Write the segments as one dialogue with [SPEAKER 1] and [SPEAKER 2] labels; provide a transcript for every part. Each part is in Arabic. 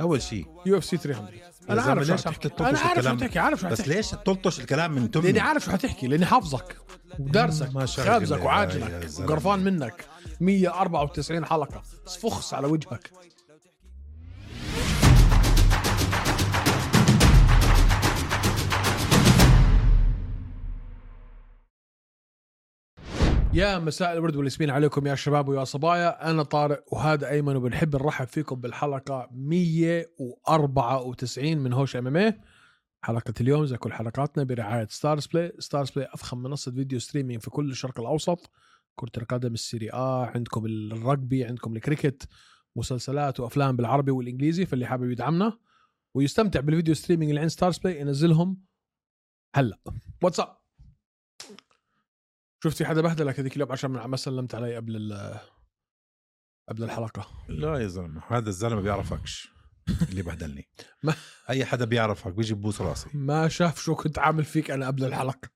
[SPEAKER 1] اول شيء
[SPEAKER 2] يو اف سي 300
[SPEAKER 1] يا زلمة
[SPEAKER 2] انا عارف شو
[SPEAKER 1] ليش عم
[SPEAKER 2] حتحكي
[SPEAKER 1] تلطش
[SPEAKER 2] انا عارف شو
[SPEAKER 1] الكلام؟
[SPEAKER 2] حتحكي عارف شو
[SPEAKER 1] بس
[SPEAKER 2] حتحكي
[SPEAKER 1] ليش تلطش الكلام من تمي
[SPEAKER 2] لاني عارف شو حتحكي لاني حافظك ودارسك
[SPEAKER 1] ما شغلة
[SPEAKER 2] خابزك
[SPEAKER 1] يا يا
[SPEAKER 2] وعاجلك
[SPEAKER 1] زلمة.
[SPEAKER 2] وقرفان منك 194 حلقه صفخس على وجهك يا مساء الورد والياسمين عليكم يا شباب ويا صبايا انا طارق وهذا ايمن وبنحب نرحب فيكم بالحلقه 194 من هوش إيه. ام ام حلقة اليوم زي كل حلقاتنا برعاية ستارز بلاي، ستارز بلاي أفخم منصة فيديو ستريمينج في كل الشرق الأوسط، كرة القدم السيري آ، عندكم الرugby، عندكم الكريكت، مسلسلات وأفلام بالعربي والإنجليزي فاللي حابب يدعمنا ويستمتع بالفيديو ستريمينج اللي عند ستارز بلاي ينزلهم هلا واتساب شفت في حدا بهدلك هذيك اليوم عشان من- ما سلمت علي قبل ال- قبل الحلقة
[SPEAKER 1] لا يا زلمه هذا الزلمه بيعرفكش اللي بهدلني
[SPEAKER 2] ما-
[SPEAKER 1] اي حدا بيعرفك بيجي ببوس راسي
[SPEAKER 2] ما شاف شو كنت عامل فيك أنا قبل الحلقة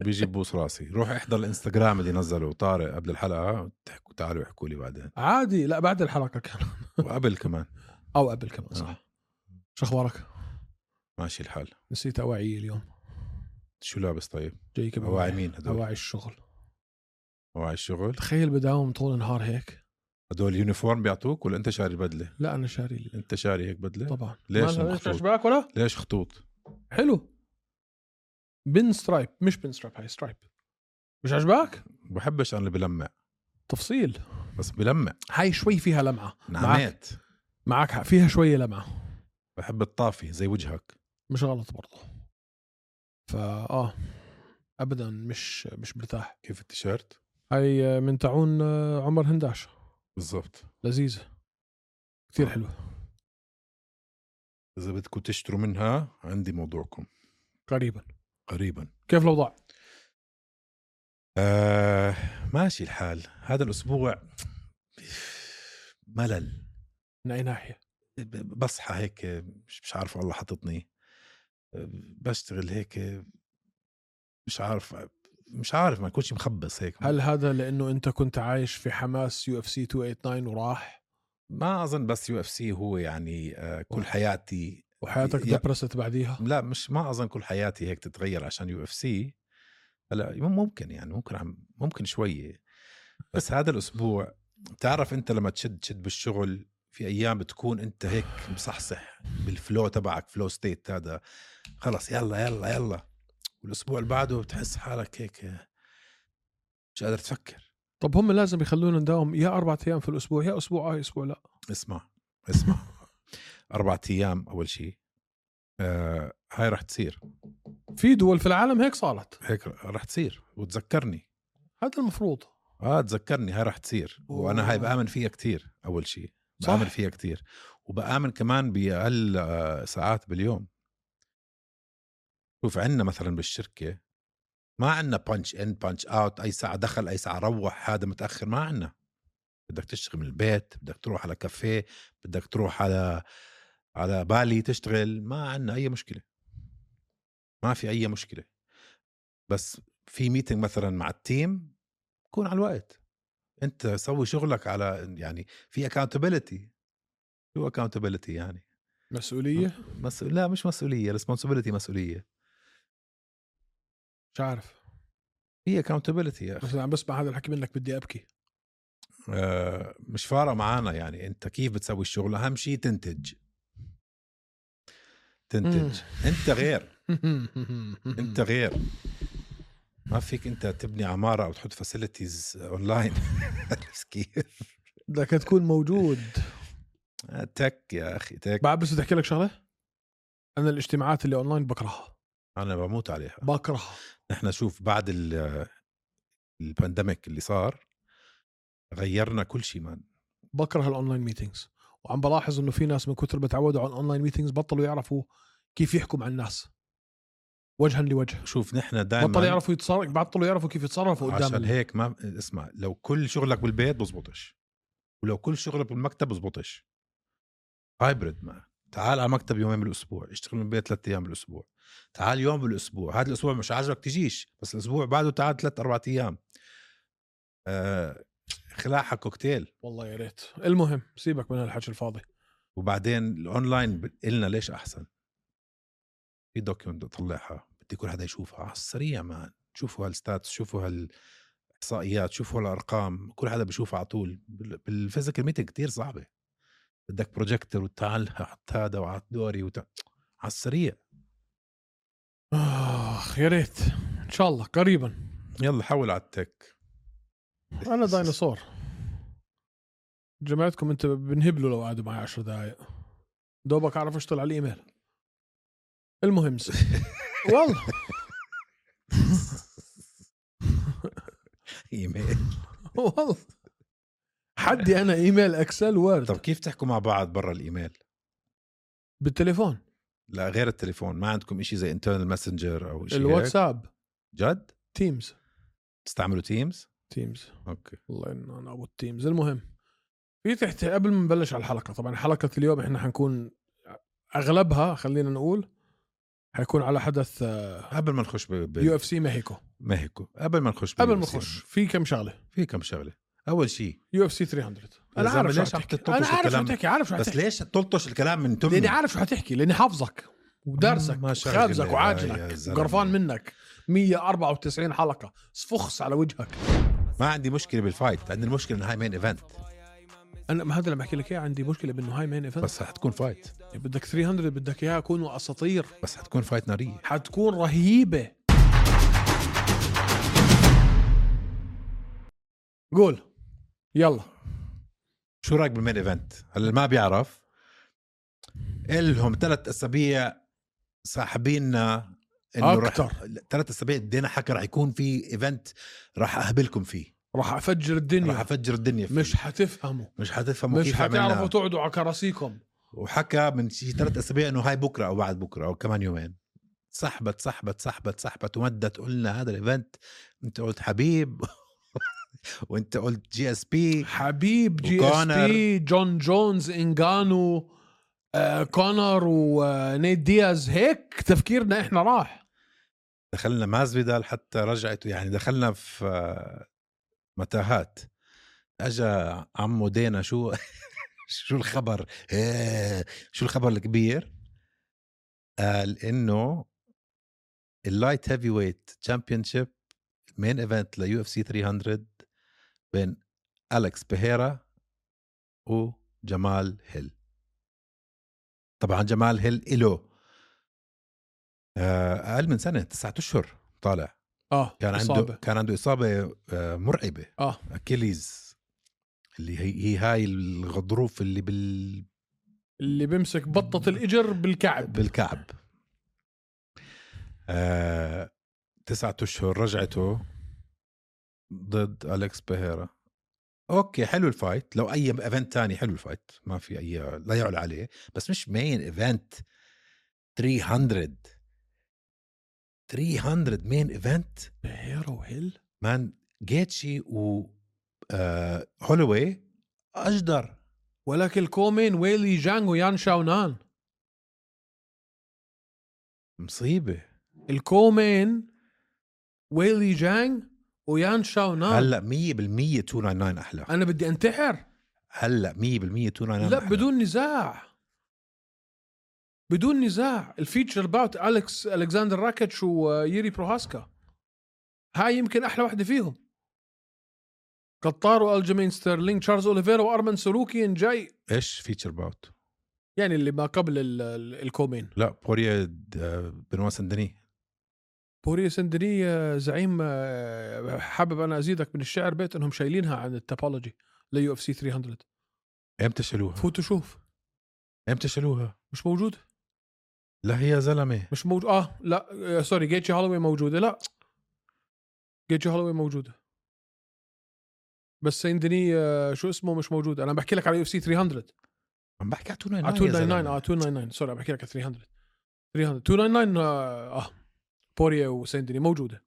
[SPEAKER 1] بيجي ببوس راسي روح احضر الانستغرام اللي نزله طارق قبل الحلقه تحكوا تعالوا احكوا لي بعدين
[SPEAKER 2] عادي لا بعد الحلقة كان
[SPEAKER 1] وقبل كمان
[SPEAKER 2] او قبل كمان صح شو اخبارك؟
[SPEAKER 1] ماشي الحال
[SPEAKER 2] نسيت اواعي اليوم
[SPEAKER 1] شو لابس طيب
[SPEAKER 2] جاي كمان
[SPEAKER 1] اواعي مين هدول
[SPEAKER 2] اواعي الشغل
[SPEAKER 1] اواعي الشغل
[SPEAKER 2] تخيل بداوم طول النهار هيك
[SPEAKER 1] هدول يونيفورم بيعطوك ولا انت شاري بدله
[SPEAKER 2] لا انا شاري لي.
[SPEAKER 1] انت شاري هيك بدله
[SPEAKER 2] طبعا
[SPEAKER 1] ليش
[SPEAKER 2] ما-
[SPEAKER 1] المخطوط؟
[SPEAKER 2] ليش عجبك ولا؟
[SPEAKER 1] ليش خطوط
[SPEAKER 2] حلو بن سترايب مش بن سترايب هاي سترايب مش عجبك؟
[SPEAKER 1] بحبش انا اللي بلمع
[SPEAKER 2] تفصيل
[SPEAKER 1] بس بلمع
[SPEAKER 2] هاي شوي فيها لمعه
[SPEAKER 1] نعم،
[SPEAKER 2] معك
[SPEAKER 1] نعمات
[SPEAKER 2] معك حق فيها شويه لمعه
[SPEAKER 1] بحب الطافي زي وجهك
[SPEAKER 2] مش غلط برضه فا اه ابدا مش مش مرتاح
[SPEAKER 1] كيف التيشيرت
[SPEAKER 2] هاي من تعون آه، عمر هنداش
[SPEAKER 1] بالضبط
[SPEAKER 2] لذيذه كثير حلوه
[SPEAKER 1] اذا بدكم تشتروا منها عندي موضوعكم
[SPEAKER 2] قريبا
[SPEAKER 1] قريبا
[SPEAKER 2] كيف الاوضاع؟
[SPEAKER 1] آه ماشي الحال هذا الاسبوع ملل
[SPEAKER 2] من اي ناحيه؟
[SPEAKER 1] ب- بصحى هيك مش مش عارف والله حطتني بشتغل هيك مش عارف مش عارف ما كنتش مخبص هيك
[SPEAKER 2] هل هذا لانه انت كنت عايش في حماس يو اف سي 289 وراح
[SPEAKER 1] ما اظن بس يو اف سي هو يعني آه، كل حياتي
[SPEAKER 2] وحياتك
[SPEAKER 1] يا-
[SPEAKER 2] دبرست بعديها؟
[SPEAKER 1] لا مش ما اظن كل حياتي هيك تتغير عشان يو اف سي هلا ممكن يعني ممكن عم ممكن شويه بس هذا الاسبوع بتعرف انت لما تشد تشد بالشغل في ايام بتكون انت هيك مصحصح بالفلو تبعك فلو ستيت هذا خلص يلا يلا يلا والاسبوع اللي بعده بتحس حالك هيك مش قادر تفكر
[SPEAKER 2] طب هم لازم يخلونا نداوم يا اربع ايام في الاسبوع يا اسبوع اه اسبوع لا
[SPEAKER 1] اسمع اسمع اربعة ايام اول شيء آه هاي رح تصير
[SPEAKER 2] في دول في العالم هيك صارت
[SPEAKER 1] هيك رح تصير وتذكرني
[SPEAKER 2] هذا المفروض
[SPEAKER 1] اه تذكرني هاي رح تصير وانا هاي
[SPEAKER 2] أوه.
[SPEAKER 1] بامن فيها كتير اول شيء
[SPEAKER 2] صح.
[SPEAKER 1] بامن فيها كتير وبامن كمان باقل آه، ساعات باليوم شوف عندنا مثلا بالشركه ما عندنا بانش ان بانش اوت اي ساعه دخل اي ساعه روح هذا متاخر ما عندنا بدك تشتغل من البيت بدك تروح على كافيه بدك تروح على على بالي تشتغل ما عندنا اي مشكله ما في اي مشكله بس في ميتنج مثلا مع التيم كون على الوقت انت سوي شغلك على يعني في اكاونتبيلتي شو اكاونتبيلتي يعني
[SPEAKER 2] مسؤوليه
[SPEAKER 1] مسؤول لا مش مسؤوليه ريسبونسبيلتي مسؤوليه
[SPEAKER 2] مش عارف
[SPEAKER 1] في اكاونتبيلتي يا اخي
[SPEAKER 2] بس انا عم بسمع هذا الحكي منك بدي ابكي
[SPEAKER 1] آه، مش فارقه معانا يعني انت كيف بتسوي الشغل اهم شيء تنتج تنتج انت غير انت غير ما فيك انت تبني عماره او تحط فاسيلتيز اونلاين عرفت كيف آه،
[SPEAKER 2] بدك تكون موجود
[SPEAKER 1] تك يا اخي تك
[SPEAKER 2] بعد بس بدي احكي لك شغله انا الاجتماعات اللي اونلاين بكرهها
[SPEAKER 1] انا بموت عليها
[SPEAKER 2] بكرهها
[SPEAKER 1] نحن شوف بعد ال- البانديميك اللي صار غيرنا كل شيء مان
[SPEAKER 2] بكره الاونلاين ميتينجز وعم بلاحظ انه في ناس من كثر ما تعودوا على الاونلاين ميتينجز بطلوا يعرفوا كيف يحكوا مع الناس وجها لوجه
[SPEAKER 1] شوف نحن
[SPEAKER 2] بطلوا
[SPEAKER 1] دائما
[SPEAKER 2] يعرفوا يتصرف بطلوا يعرفوا كيف يتصرفوا قدام
[SPEAKER 1] عشان
[SPEAKER 2] ال-
[SPEAKER 1] هيك ما اسمع لو كل شغلك بالبيت بزبطش ولو كل شغلك بالمكتب بزبطش هايبرد ما تعال على مكتب يومين بالاسبوع اشتغل من البيت ثلاث ايام بالاسبوع تعال يوم بالاسبوع هذا الاسبوع مش عاجبك تجيش بس الاسبوع بعده تعال ثلاث اربع ايام آه خلاعها كوكتيل
[SPEAKER 2] والله يا ريت المهم سيبك من هالحكي الفاضي
[SPEAKER 1] وبعدين الاونلاين ب- قلنا ليش احسن في دوكيومنت اطلعها بدي كل حدا يشوفها على السريع مان شوفوا هالستاتس شوفوا هالاحصائيات شوفوا هالارقام كل حدا بيشوفها على طول بال- بالفيزيكال ميتنج كتير صعبه بدك بروجيكتور وتعال حط هذا وعط دوري وت... على السريع
[SPEAKER 2] اخ يا ريت ان شاء الله قريبا
[SPEAKER 1] يلا حول على التك
[SPEAKER 2] انا ديناصور جماعتكم انت بنهبلوا لو قعدوا معي 10 دقائق دوبك اعرف اشتغل على الايميل المهم س- والله
[SPEAKER 1] ايميل
[SPEAKER 2] والله حدي انا ايميل اكسل
[SPEAKER 1] طب
[SPEAKER 2] وورد
[SPEAKER 1] كيف تحكوا مع بعض برا الايميل
[SPEAKER 2] بالتليفون
[SPEAKER 1] لا غير التليفون ما عندكم إشي زي انترنال ماسنجر او شيء
[SPEAKER 2] الواتساب
[SPEAKER 1] جد
[SPEAKER 2] تيمز
[SPEAKER 1] تستعملوا تيمز
[SPEAKER 2] تيمز
[SPEAKER 1] اوكي
[SPEAKER 2] الله ان انا ابو التيمز المهم في تحت قبل ما نبلش على الحلقه طبعا حلقه اليوم احنا حنكون اغلبها خلينا نقول حيكون على حدث آه،
[SPEAKER 1] قبل ما نخش
[SPEAKER 2] يو
[SPEAKER 1] ب
[SPEAKER 2] اف سي مهيكو
[SPEAKER 1] مهيكو قبل ما نخش بال
[SPEAKER 2] قبل ما
[SPEAKER 1] UFC.
[SPEAKER 2] نخش في كم شغله
[SPEAKER 1] في كم شغله اول شيء
[SPEAKER 2] يو اف سي 300
[SPEAKER 1] يا
[SPEAKER 2] انا
[SPEAKER 1] زلمة
[SPEAKER 2] عارف شو
[SPEAKER 1] ليش عم
[SPEAKER 2] حتحكي.
[SPEAKER 1] تطلطش
[SPEAKER 2] انا عارف شو
[SPEAKER 1] الكلام؟
[SPEAKER 2] حتحكي عارف شو
[SPEAKER 1] بس
[SPEAKER 2] حتحكي
[SPEAKER 1] ليش تطلطش الكلام من تمي
[SPEAKER 2] لاني عارف شو حتحكي لاني حافظك ودارسك
[SPEAKER 1] ما شغلة.
[SPEAKER 2] وخابزك
[SPEAKER 1] آه يا
[SPEAKER 2] وعاجلك
[SPEAKER 1] زلمة.
[SPEAKER 2] وقرفان منك 194 حلقه صفخس على وجهك
[SPEAKER 1] ما عندي مشكله بالفايت عندي المشكله انها هاي مين ايفنت
[SPEAKER 2] انا ما هذا اللي بحكي لك اياه عندي مشكله بانه هاي مين ايفنت
[SPEAKER 1] بس حتكون فايت
[SPEAKER 2] بدك 300 بدك اياها يكونوا اساطير
[SPEAKER 1] بس حتكون فايت ناريه
[SPEAKER 2] حتكون رهيبه قول يلا
[SPEAKER 1] شو رايك بالمين ايفنت؟ هلا ما بيعرف الهم ثلاث اسابيع ساحبيننا
[SPEAKER 2] أكتر.
[SPEAKER 1] ثلاث اسابيع ادينا حكى رح يكون في ايفنت رح اهبلكم فيه
[SPEAKER 2] راح افجر
[SPEAKER 1] رح
[SPEAKER 2] الدنيا
[SPEAKER 1] افجر الدنيا فيه
[SPEAKER 2] مش حتفهموا
[SPEAKER 1] مش حتفهموا
[SPEAKER 2] مش
[SPEAKER 1] كيف عملنا
[SPEAKER 2] حتعرفوا تقعدوا على كراسيكم
[SPEAKER 1] وحكى من شي ثلاث اسابيع انه هاي بكره او بعد بكره او كمان يومين سحبت سحبت سحبت سحبت ومدت قلنا هذا الايفنت انت قلت حبيب وانت قلت جي اس بي
[SPEAKER 2] حبيب جي اس
[SPEAKER 1] وكونر.
[SPEAKER 2] بي جون جونز انجانو آه كونر ونيت دياز هيك تفكيرنا احنا راح
[SPEAKER 1] دخلنا مازفيدال حتى رجعت يعني دخلنا في آه، متاهات اجا عمو دينا شو شو الخبر إيه، شو الخبر الكبير قال انه اللايت هيفي ويت تشامبيون شيب مين ايفنت ليو اف سي 300 بين الكس بيهيرا وجمال هيل طبعا جمال هيل إله آه، اقل من سنه تسعة اشهر طالع
[SPEAKER 2] اه
[SPEAKER 1] آه، كان عنده
[SPEAKER 2] إصابة.
[SPEAKER 1] كان عنده اصابه آه، مرعبه
[SPEAKER 2] اه
[SPEAKER 1] اكيليز اللي هي هي هاي الغضروف اللي بال
[SPEAKER 2] اللي بيمسك بطه الاجر بالكعب
[SPEAKER 1] بالكعب آه، تسعة اشهر رجعته ضد الكس بيهيرا اوكي حلو الفايت لو اي ايفنت تاني حلو الفايت ما في اي لا يعلى عليه بس مش مين ايفنت 300 300 مين ايفنت
[SPEAKER 2] هيرو هيل
[SPEAKER 1] مان جيتشي و آه، هولوي اجدر
[SPEAKER 2] ولكن الكومين ويلي جانغ ويان شاونان
[SPEAKER 1] مصيبه
[SPEAKER 2] الكومين ويلي جانغ ويان شاونان
[SPEAKER 1] هلا 100% 299 احلى
[SPEAKER 2] انا بدي انتحر
[SPEAKER 1] هلا 100% 299
[SPEAKER 2] لا
[SPEAKER 1] أحلى.
[SPEAKER 2] بدون نزاع بدون نزاع الفيتشر باوت اليكس الكساندر راكيتش ويري بروهاسكا هاي يمكن احلى واحده فيهم قطار والجمين ستيرلينج تشارلز اوليفيرا وارمن سلوكيان جاي
[SPEAKER 1] ايش فيتشر باوت
[SPEAKER 2] يعني اللي ما قبل ال- ال- الكومين
[SPEAKER 1] لا بوريا بنوا سندني
[SPEAKER 2] بوريا سندري آه، زعيم آه، حابب انا ازيدك من الشعر بيت انهم شايلينها عن التوبولوجي ليو اف سي 300
[SPEAKER 1] امتى شالوها
[SPEAKER 2] فوت وشوف
[SPEAKER 1] امتى شالوها
[SPEAKER 2] مش موجود
[SPEAKER 1] لا هي يا زلمه
[SPEAKER 2] مش موجود اه لا آه، سوري جيتشي هولوي موجوده لا جيتشي هولوي موجوده بس سندني آه، شو اسمه مش موجود انا بحكي لك على يو اف سي 300
[SPEAKER 1] عم بحكي على
[SPEAKER 2] على
[SPEAKER 1] 299 يا زلمة.
[SPEAKER 2] 299 اه 299 سوري عم بحكي لك على 300 300 299 اه, آه. بوريا وسندني موجوده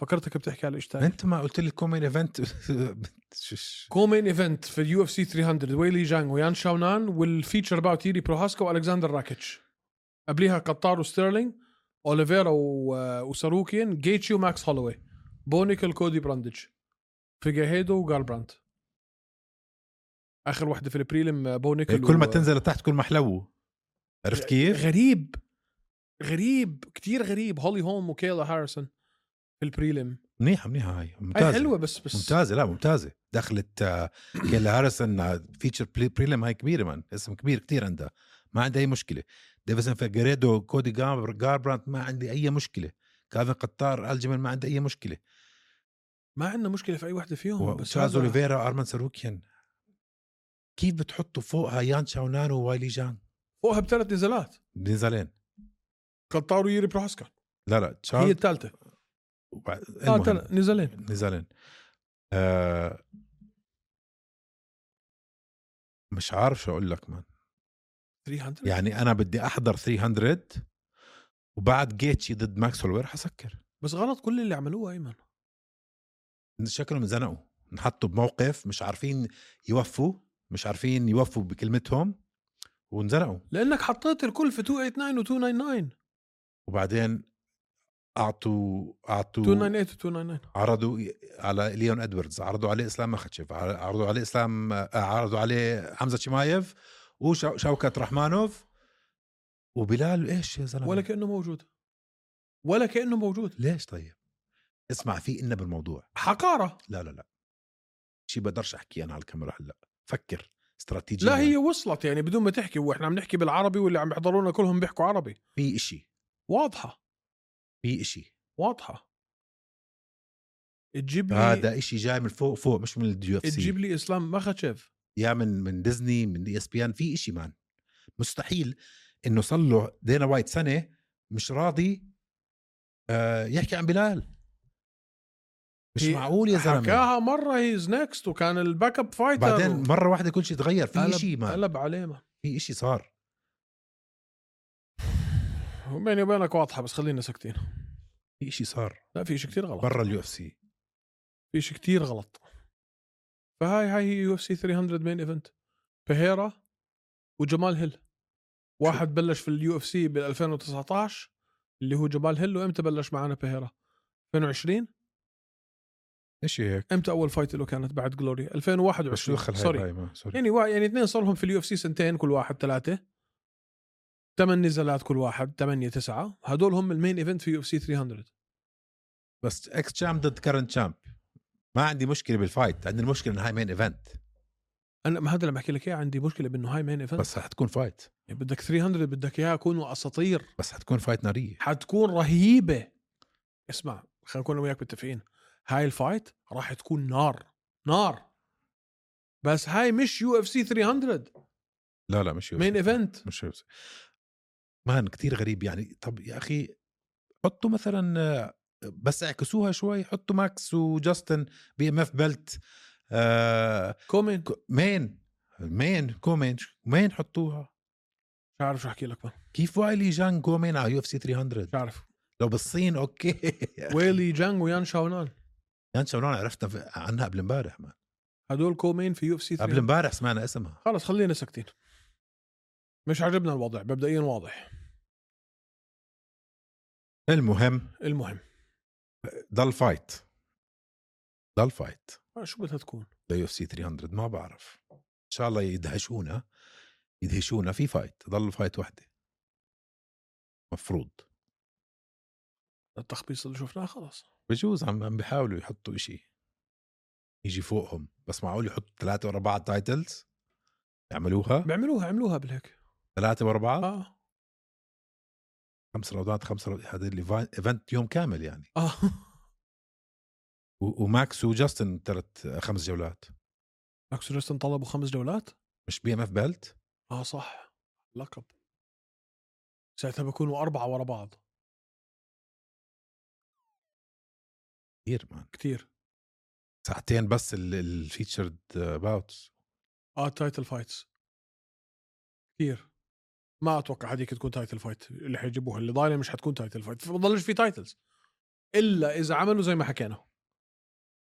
[SPEAKER 2] فكرتك بتحكي على الاشتاك
[SPEAKER 1] انت ما قلت لي كومين ايفنت شش.
[SPEAKER 2] كومين ايفنت في اليو اف سي 300 ويلي جانغ ويان شاونان والفيتشر باوت يري بروهاسكا والكساندر راكيتش قبليها قطار وستيرلينج اوليفيرا و- وساروكيان جيتشي وماكس هولوي بونيكل كودي براندج فيجاهيدو وجالبرانت اخر وحده في البريلم بو نيكل
[SPEAKER 1] كل ما
[SPEAKER 2] و-
[SPEAKER 1] تنزل لتحت كل ما حلو عرفت كيف؟
[SPEAKER 2] غريب غريب كتير غريب هولي هوم وكيلا هاريسون في البريلم
[SPEAKER 1] منيحه منيحه هاي ممتازه
[SPEAKER 2] هاي حلوه بس بس
[SPEAKER 1] ممتازه لا ممتازه دخلت آه، كيلا هاريسون آه، فيتشر بريلم هاي كبيره من اسم كبير كتير عندها ما عندها اي مشكله ديفيسون فيجريدو كودي جار- جاربرانت ما عندي اي مشكله كاذن قطار الجمل ما عندي اي مشكله
[SPEAKER 2] ما عندنا مشكله في اي وحده فيهم بس
[SPEAKER 1] وتشارلز
[SPEAKER 2] هذا
[SPEAKER 1] اوليفيرا ارمان ساروكيان كيف بتحطوا فوقها يان شاونان ووايلي جان
[SPEAKER 2] فوقها بثلاث نزالات
[SPEAKER 1] نزالين
[SPEAKER 2] قطار ويري بروحسكا
[SPEAKER 1] لا لا
[SPEAKER 2] هي
[SPEAKER 1] تشارلز
[SPEAKER 2] الثالثه
[SPEAKER 1] وبع-
[SPEAKER 2] اه
[SPEAKER 1] المهم.
[SPEAKER 2] تل- نزالين
[SPEAKER 1] نزالين آه مش عارف شو اقول لك مان
[SPEAKER 2] 300
[SPEAKER 1] يعني انا بدي احضر 300 وبعد جيتشي ضد ماكس هولوير حسكر
[SPEAKER 2] بس غلط كل اللي عملوه ايمن
[SPEAKER 1] شكلهم انزنقوا انحطوا بموقف مش عارفين يوفوا مش عارفين يوفوا بكلمتهم وانزنقوا
[SPEAKER 2] لانك حطيت الكل في 289 و 299
[SPEAKER 1] وبعدين اعطوا اعطوا
[SPEAKER 2] 298 و 299
[SPEAKER 1] عرضوا على ليون ادواردز عرضوا عليه اسلام مخشف عرضوا عليه اسلام آه، عرضوا عليه حمزه شمايف وشوكت رحمانوف وبلال ايش يا زلمه
[SPEAKER 2] ولا كانه موجود ولا كانه موجود
[SPEAKER 1] ليش طيب اسمع في إنا بالموضوع
[SPEAKER 2] حقاره
[SPEAKER 1] لا لا لا شيء بقدرش احكي انا على الكاميرا هلا فكر استراتيجيا
[SPEAKER 2] لا هي وصلت يعني بدون ما تحكي واحنا عم نحكي بالعربي واللي عم يحضرونا كلهم بيحكوا عربي
[SPEAKER 1] في إشي
[SPEAKER 2] واضحه
[SPEAKER 1] في إشي
[SPEAKER 2] واضحه تجيب لي
[SPEAKER 1] هذا إشي جاي من فوق فوق مش من اليو اف
[SPEAKER 2] تجيب
[SPEAKER 1] سي
[SPEAKER 2] لي اسلام مخاتشيف
[SPEAKER 1] يا من من ديزني من اي اس بي ان في إشي مان مستحيل انه صار له دينا وايت سنه مش راضي آه يحكي عن بلال مش
[SPEAKER 2] هي
[SPEAKER 1] معقول يا زلمه
[SPEAKER 2] حكاها مره هيز نيكست وكان الباك اب فايتر
[SPEAKER 1] بعدين مره واحده كل شيء تغير في
[SPEAKER 2] قلب-
[SPEAKER 1] إشي مان
[SPEAKER 2] قلب عليه ما.
[SPEAKER 1] في إشي صار
[SPEAKER 2] بيني وبينك واضحه بس خلينا ساكتين
[SPEAKER 1] في إشي صار
[SPEAKER 2] لا في شيء كثير غلط
[SPEAKER 1] برا اليو اف سي
[SPEAKER 2] في شيء كثير غلط فهاي هاي هي يو اف سي 300 مين ايفنت بهيرا وجمال هيل واحد بلش في اليو اف سي بال 2019 اللي هو جمال هيل وامتى بلش معنا بهيرا 2020
[SPEAKER 1] ايش هيك
[SPEAKER 2] امتى اول فايت له كانت بعد جلوري
[SPEAKER 1] بس شو
[SPEAKER 2] 2021
[SPEAKER 1] دخل هاي
[SPEAKER 2] سوري
[SPEAKER 1] الهاي مان؟ سوري
[SPEAKER 2] يعني وا... يعني اثنين صار لهم في اليو اف سي سنتين كل واحد ثلاثه ثمان نزالات كل واحد ثمانية تسعة هدول هم المين ايفنت في يو اف سي 300
[SPEAKER 1] بس اكس تشامب ضد كرنت تشامب ما عندي مشكله بالفايت عندي المشكله انها هاي مين ايفنت
[SPEAKER 2] انا ما هذا اللي بحكي لك اياه عندي مشكله بانه هاي مين ايفنت
[SPEAKER 1] بس حتكون فايت
[SPEAKER 2] يعني بدك 300 بدك اياها يكونوا اساطير
[SPEAKER 1] بس حتكون فايت ناريه
[SPEAKER 2] حتكون رهيبه اسمع خلينا نكون أنا وياك متفقين هاي الفايت راح تكون نار نار بس هاي مش يو اف سي 300
[SPEAKER 1] لا لا مش UFC.
[SPEAKER 2] مين ايفنت
[SPEAKER 1] مش UFC. مان كتير غريب يعني طب يا اخي حطوا مثلا آه، بس اعكسوها شوي حطوا ماكس وجاستن بي ام اف بيلت آه
[SPEAKER 2] كومين
[SPEAKER 1] ك- مين مين كومين مين حطوها
[SPEAKER 2] مش عارف شو احكي لك بقى.
[SPEAKER 1] كيف وايلي جان كومين على يو اف سي 300
[SPEAKER 2] مش عارف
[SPEAKER 1] لو بالصين اوكي
[SPEAKER 2] ويلي جانغ ويان شاونان
[SPEAKER 1] يعني شلون عرفنا في- عنها قبل امبارح مان
[SPEAKER 2] هدول كومين في يو اف سي
[SPEAKER 1] قبل امبارح سمعنا اسمها
[SPEAKER 2] خلص خلينا ساكتين مش عجبنا الوضع مبدئيا واضح
[SPEAKER 1] المهم
[SPEAKER 2] المهم
[SPEAKER 1] ضل فايت ضل فايت
[SPEAKER 2] آه، شو بدها تكون
[SPEAKER 1] ليو اف سي 300 ما بعرف ان شاء الله يدهشونا يدهشونا في فايت ضل فايت وحده مفروض
[SPEAKER 2] التخبيص اللي شفناه خلص
[SPEAKER 1] بجوز عم عم بيحاولوا يحطوا إشي يجي فوقهم بس معقول يحطوا ثلاثة ورا بعض تايتلز يعملوها
[SPEAKER 2] بيعملوها عملوها بالهيك
[SPEAKER 1] ثلاثة ورا بعض
[SPEAKER 2] اه
[SPEAKER 1] خمس راوندات خمس راوندات هذا الإيفا- ايفنت يوم كامل يعني
[SPEAKER 2] اه
[SPEAKER 1] و- وماكس وجاستن ثلاث خمس جولات
[SPEAKER 2] ماكس وجاستن طلبوا خمس جولات
[SPEAKER 1] مش بي ام اف بيلت
[SPEAKER 2] اه صح لقب ساعتها بيكونوا أربعة ورا بعض
[SPEAKER 1] كثير مان
[SPEAKER 2] كتير
[SPEAKER 1] ساعتين بس الفيتشرد باوتس
[SPEAKER 2] اه تايتل فايتس كتير ما اتوقع هذيك تكون تايتل فايت اللي حيجيبوها اللي ضايله مش حتكون تايتل فايت ما بضلش في تايتلز الا اذا عملوا زي ما حكينا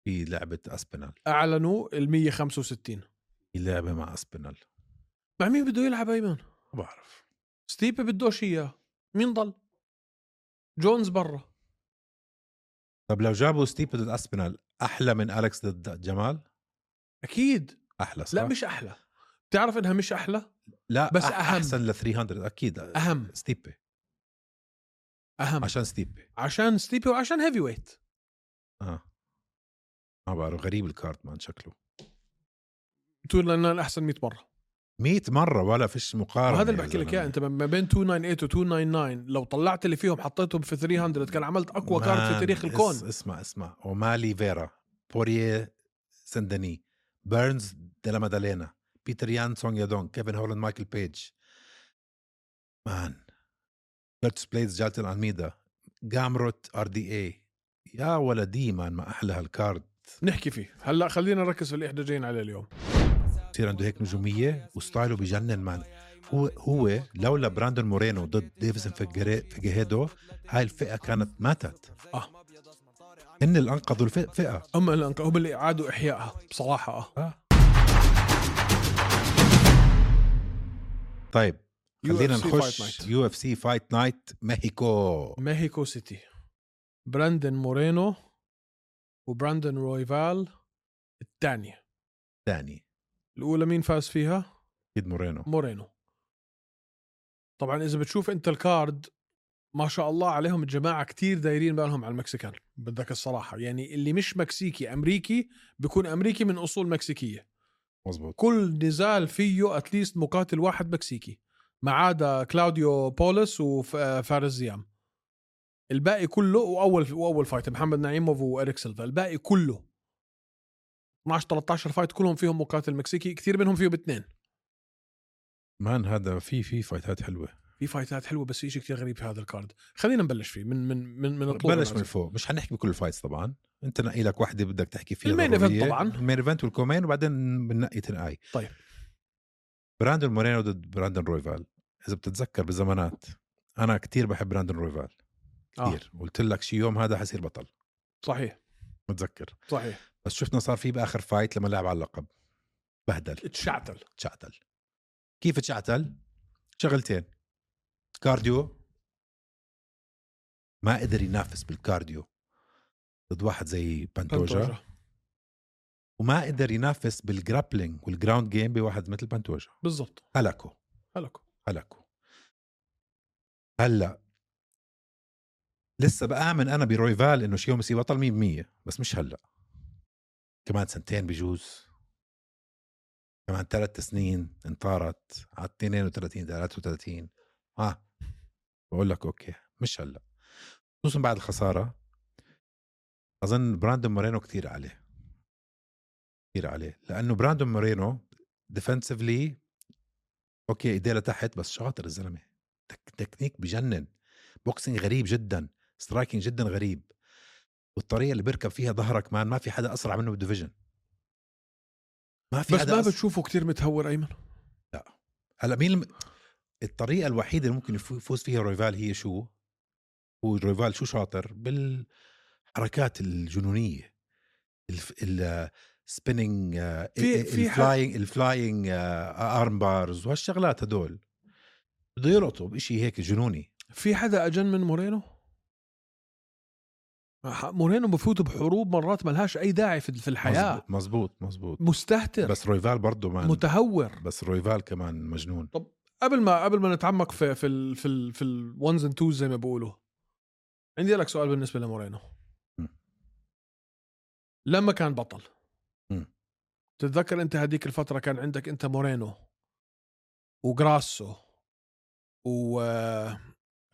[SPEAKER 1] في لعبه اسبينال
[SPEAKER 2] اعلنوا ال 165
[SPEAKER 1] في لعبه مع اسبينال
[SPEAKER 2] مع مين بده يلعب ايمن؟
[SPEAKER 1] ما بعرف
[SPEAKER 2] ستيبي بدوش اياه مين ضل؟ جونز برا
[SPEAKER 1] طب لو جابوا ستيب ضد اسبينال احلى من الكس ضد جمال
[SPEAKER 2] اكيد
[SPEAKER 1] احلى صح؟
[SPEAKER 2] لا مش احلى بتعرف انها مش احلى
[SPEAKER 1] لا
[SPEAKER 2] بس
[SPEAKER 1] بس
[SPEAKER 2] أهم.
[SPEAKER 1] احسن ل 300 اكيد
[SPEAKER 2] اهم
[SPEAKER 1] ستيبي
[SPEAKER 2] اهم
[SPEAKER 1] آه، عشان ستيبي
[SPEAKER 2] عشان ستيبي وعشان هيفي ويت
[SPEAKER 1] اه ما بعرف غريب الكارت مان شكله
[SPEAKER 2] تون لاين احسن 100 مره
[SPEAKER 1] 100 مره ولا فيش مقارنه
[SPEAKER 2] وهذا
[SPEAKER 1] يا
[SPEAKER 2] اللي بحكي لك
[SPEAKER 1] زلمة.
[SPEAKER 2] اياه انت ما بين 298 و 299 لو طلعت اللي فيهم حطيتهم في 300 كان عملت اقوى كارت في
[SPEAKER 1] مان،
[SPEAKER 2] تاريخ
[SPEAKER 1] اس-
[SPEAKER 2] الكون
[SPEAKER 1] اسمع اسمع ومالي فيرا بوريه سندني بيرنز ديلا مادالينا بيتر يان سونج يادون كيفن هولاند مايكل بيج مان كيرتس بليز جالتن الميدا جامروت ار دي اي يا ولدي مان ما احلى هالكارد
[SPEAKER 2] نحكي فيه هلا خلينا نركز في اللي احنا جايين عليه اليوم
[SPEAKER 1] بصير عنده هيك نجوميه وستايله بجنن مان هو هو لولا براندون مورينو ضد ديفيسون فيجري- فيجيهيدو هاي الفئه كانت ماتت
[SPEAKER 2] اه
[SPEAKER 1] ان اللي انقذوا الفئه فئة.
[SPEAKER 2] هم اللي أنق- هم اللي اعادوا احيائها بصراحه اه
[SPEAKER 1] آه، طيب خلينا
[SPEAKER 2] UFC Fight
[SPEAKER 1] نخش
[SPEAKER 2] Night.
[SPEAKER 1] يو اف سي فايت نايت مهيكو
[SPEAKER 2] مهيكو سيتي براندن مورينو وبراندن رويفال الثانيه
[SPEAKER 1] ثاني
[SPEAKER 2] الاولى مين فاز فيها
[SPEAKER 1] اكيد مورينو
[SPEAKER 2] مورينو طبعا اذا بتشوف انت الكارد ما شاء الله عليهم الجماعه كتير دايرين بالهم على المكسيكان بدك الصراحه يعني اللي مش مكسيكي امريكي بيكون امريكي من اصول مكسيكيه
[SPEAKER 1] مزبوط
[SPEAKER 2] كل نزال فيه اتليست مقاتل واحد مكسيكي ما عدا كلاوديو بولس وفارس زيام الباقي كله واول واول فايت محمد نعيموف واريك سيلفا الباقي كله 12 13 فايت كلهم فيهم مقاتل مكسيكي كثير منهم فيهم اثنين
[SPEAKER 1] مان هذا في في فايتات حلوه
[SPEAKER 2] في فايتات حلوه بس في شيء كثير غريب في هذا الكارد خلينا نبلش فيه من من من من الطول
[SPEAKER 1] بلش من
[SPEAKER 2] للعرض.
[SPEAKER 1] فوق مش حنحكي بكل الفايتس طبعا انت نقي لك وحده بدك تحكي فيها
[SPEAKER 2] المين
[SPEAKER 1] ضرورية.
[SPEAKER 2] إيفنت طبعا.
[SPEAKER 1] المين ايفنت والكومين وبعدين بننقي تنقاي
[SPEAKER 2] طيب.
[SPEAKER 1] براندون مورينو ضد براندون رويفال اذا بتتذكر بالزمانات انا كتير بحب براندون رويفال
[SPEAKER 2] آه.
[SPEAKER 1] كثير آه. قلت لك شي يوم هذا حصير بطل
[SPEAKER 2] صحيح
[SPEAKER 1] متذكر
[SPEAKER 2] صحيح
[SPEAKER 1] بس شفنا صار فيه باخر فايت لما لعب على اللقب بهدل
[SPEAKER 2] تشعتل
[SPEAKER 1] تشعتل كيف تشعتل؟ شغلتين كارديو ما قدر ينافس بالكارديو ضد واحد زي بانتوجا
[SPEAKER 2] بنتوجا
[SPEAKER 1] وما قدر ينافس بالجرابلينج والجراوند جيم بواحد مثل بانتوجا
[SPEAKER 2] بالضبط
[SPEAKER 1] هلكه
[SPEAKER 2] هلكوا
[SPEAKER 1] هلكه هلا لسه بآمن انا برويفال انه شي يوم يصير بطل 100% بس مش هلا كمان سنتين بجوز كمان ثلاث سنين انطارت على 32 33 ها آه، بقول لك اوكي مش هلا خصوصا بعد الخساره اظن براندون مورينو كثير عليه كثير عليه لانه براندون مورينو ديفنسفلي اوكي ايديه لتحت بس شاطر الزلمه تك تكنيك بجنن بوكسينج غريب جدا سترايكينج جدا غريب والطريقه اللي بيركب فيها ظهرك مان ما في حدا اسرع منه بالديفيجن ما في
[SPEAKER 2] بس
[SPEAKER 1] حدا
[SPEAKER 2] ما
[SPEAKER 1] أسرع.
[SPEAKER 2] بتشوفه كثير متهور ايمن
[SPEAKER 1] هلا مين الم... الطريقه الوحيده اللي ممكن يفو- يفوز فيها رويفال هي شو؟ هو رويفال شو شاطر؟ بالحركات الجنونيه الف... ال آه، سبيننج
[SPEAKER 2] في- في حد-
[SPEAKER 1] الفلاينج الفلاينج ارم بارز آه، وهالشغلات هدول بده يلقطوا بشيء هيك جنوني
[SPEAKER 2] في حدا اجن من مورينو ح- مورينو بفوت بحروب مرات ملهاش اي داعي في في الحياه
[SPEAKER 1] مزبوط- مزبوط مزبوط
[SPEAKER 2] مستهتر
[SPEAKER 1] بس رويفال برضه مان
[SPEAKER 2] متهور
[SPEAKER 1] بس رويفال كمان مجنون
[SPEAKER 2] قبل ما قبل ما نتعمق في في ال في ال في الونز اند توز زي ما بيقولوا عندي لك سؤال بالنسبه لمورينو
[SPEAKER 1] م.
[SPEAKER 2] لما كان بطل
[SPEAKER 1] م.
[SPEAKER 2] تتذكر انت هذيك الفتره كان عندك انت مورينو وجراسو و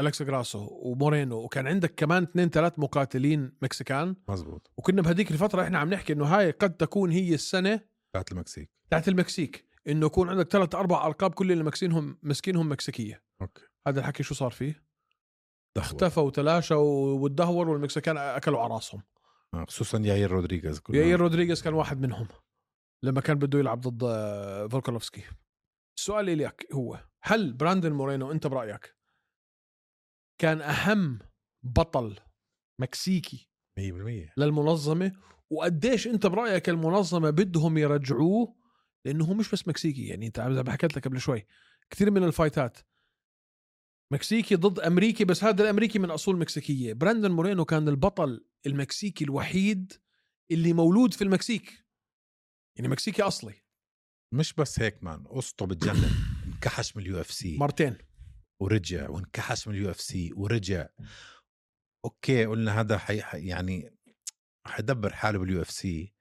[SPEAKER 2] الكس جراسو ومورينو وكان عندك كمان اثنين ثلاث مقاتلين مكسيكان
[SPEAKER 1] مزبوط
[SPEAKER 2] وكنا بهذيك الفتره احنا عم نحكي انه هاي قد تكون هي السنه
[SPEAKER 1] بتاعت المكسيك
[SPEAKER 2] بتاعت المكسيك انه يكون عندك ثلاث اربع القاب كل اللي مكسينهم مسكينهم مكسيكيه
[SPEAKER 1] اوكي
[SPEAKER 2] هذا الحكي شو صار فيه؟
[SPEAKER 1] دهور.
[SPEAKER 2] اختفى وتلاشى وتدهور والمكسيكان اكلوا على راسهم
[SPEAKER 1] آه، خصوصا ياير رودريغيز كلنا.
[SPEAKER 2] ياير رودريغيز كان واحد منهم لما كان بده يلعب ضد آه، فولكانوفسكي السؤال اليك هو هل براندن مورينو انت برايك كان اهم بطل مكسيكي
[SPEAKER 1] 100%
[SPEAKER 2] للمنظمه وقديش انت برايك المنظمه بدهم يرجعوه لانه هو مش بس مكسيكي يعني انت زي ما حكيت لك قبل شوي كثير من الفايتات مكسيكي ضد امريكي بس هذا الامريكي من اصول مكسيكيه براندون مورينو كان البطل المكسيكي الوحيد اللي مولود في المكسيك يعني مكسيكي اصلي
[SPEAKER 1] مش بس هيك مان قصته بتجنن انكحش من اليو اف سي
[SPEAKER 2] مرتين
[SPEAKER 1] ورجع وانكحش من اليو اف سي ورجع اوكي قلنا هذا حي حي- يعني حيدبر حاله باليو اف سي
[SPEAKER 2] بس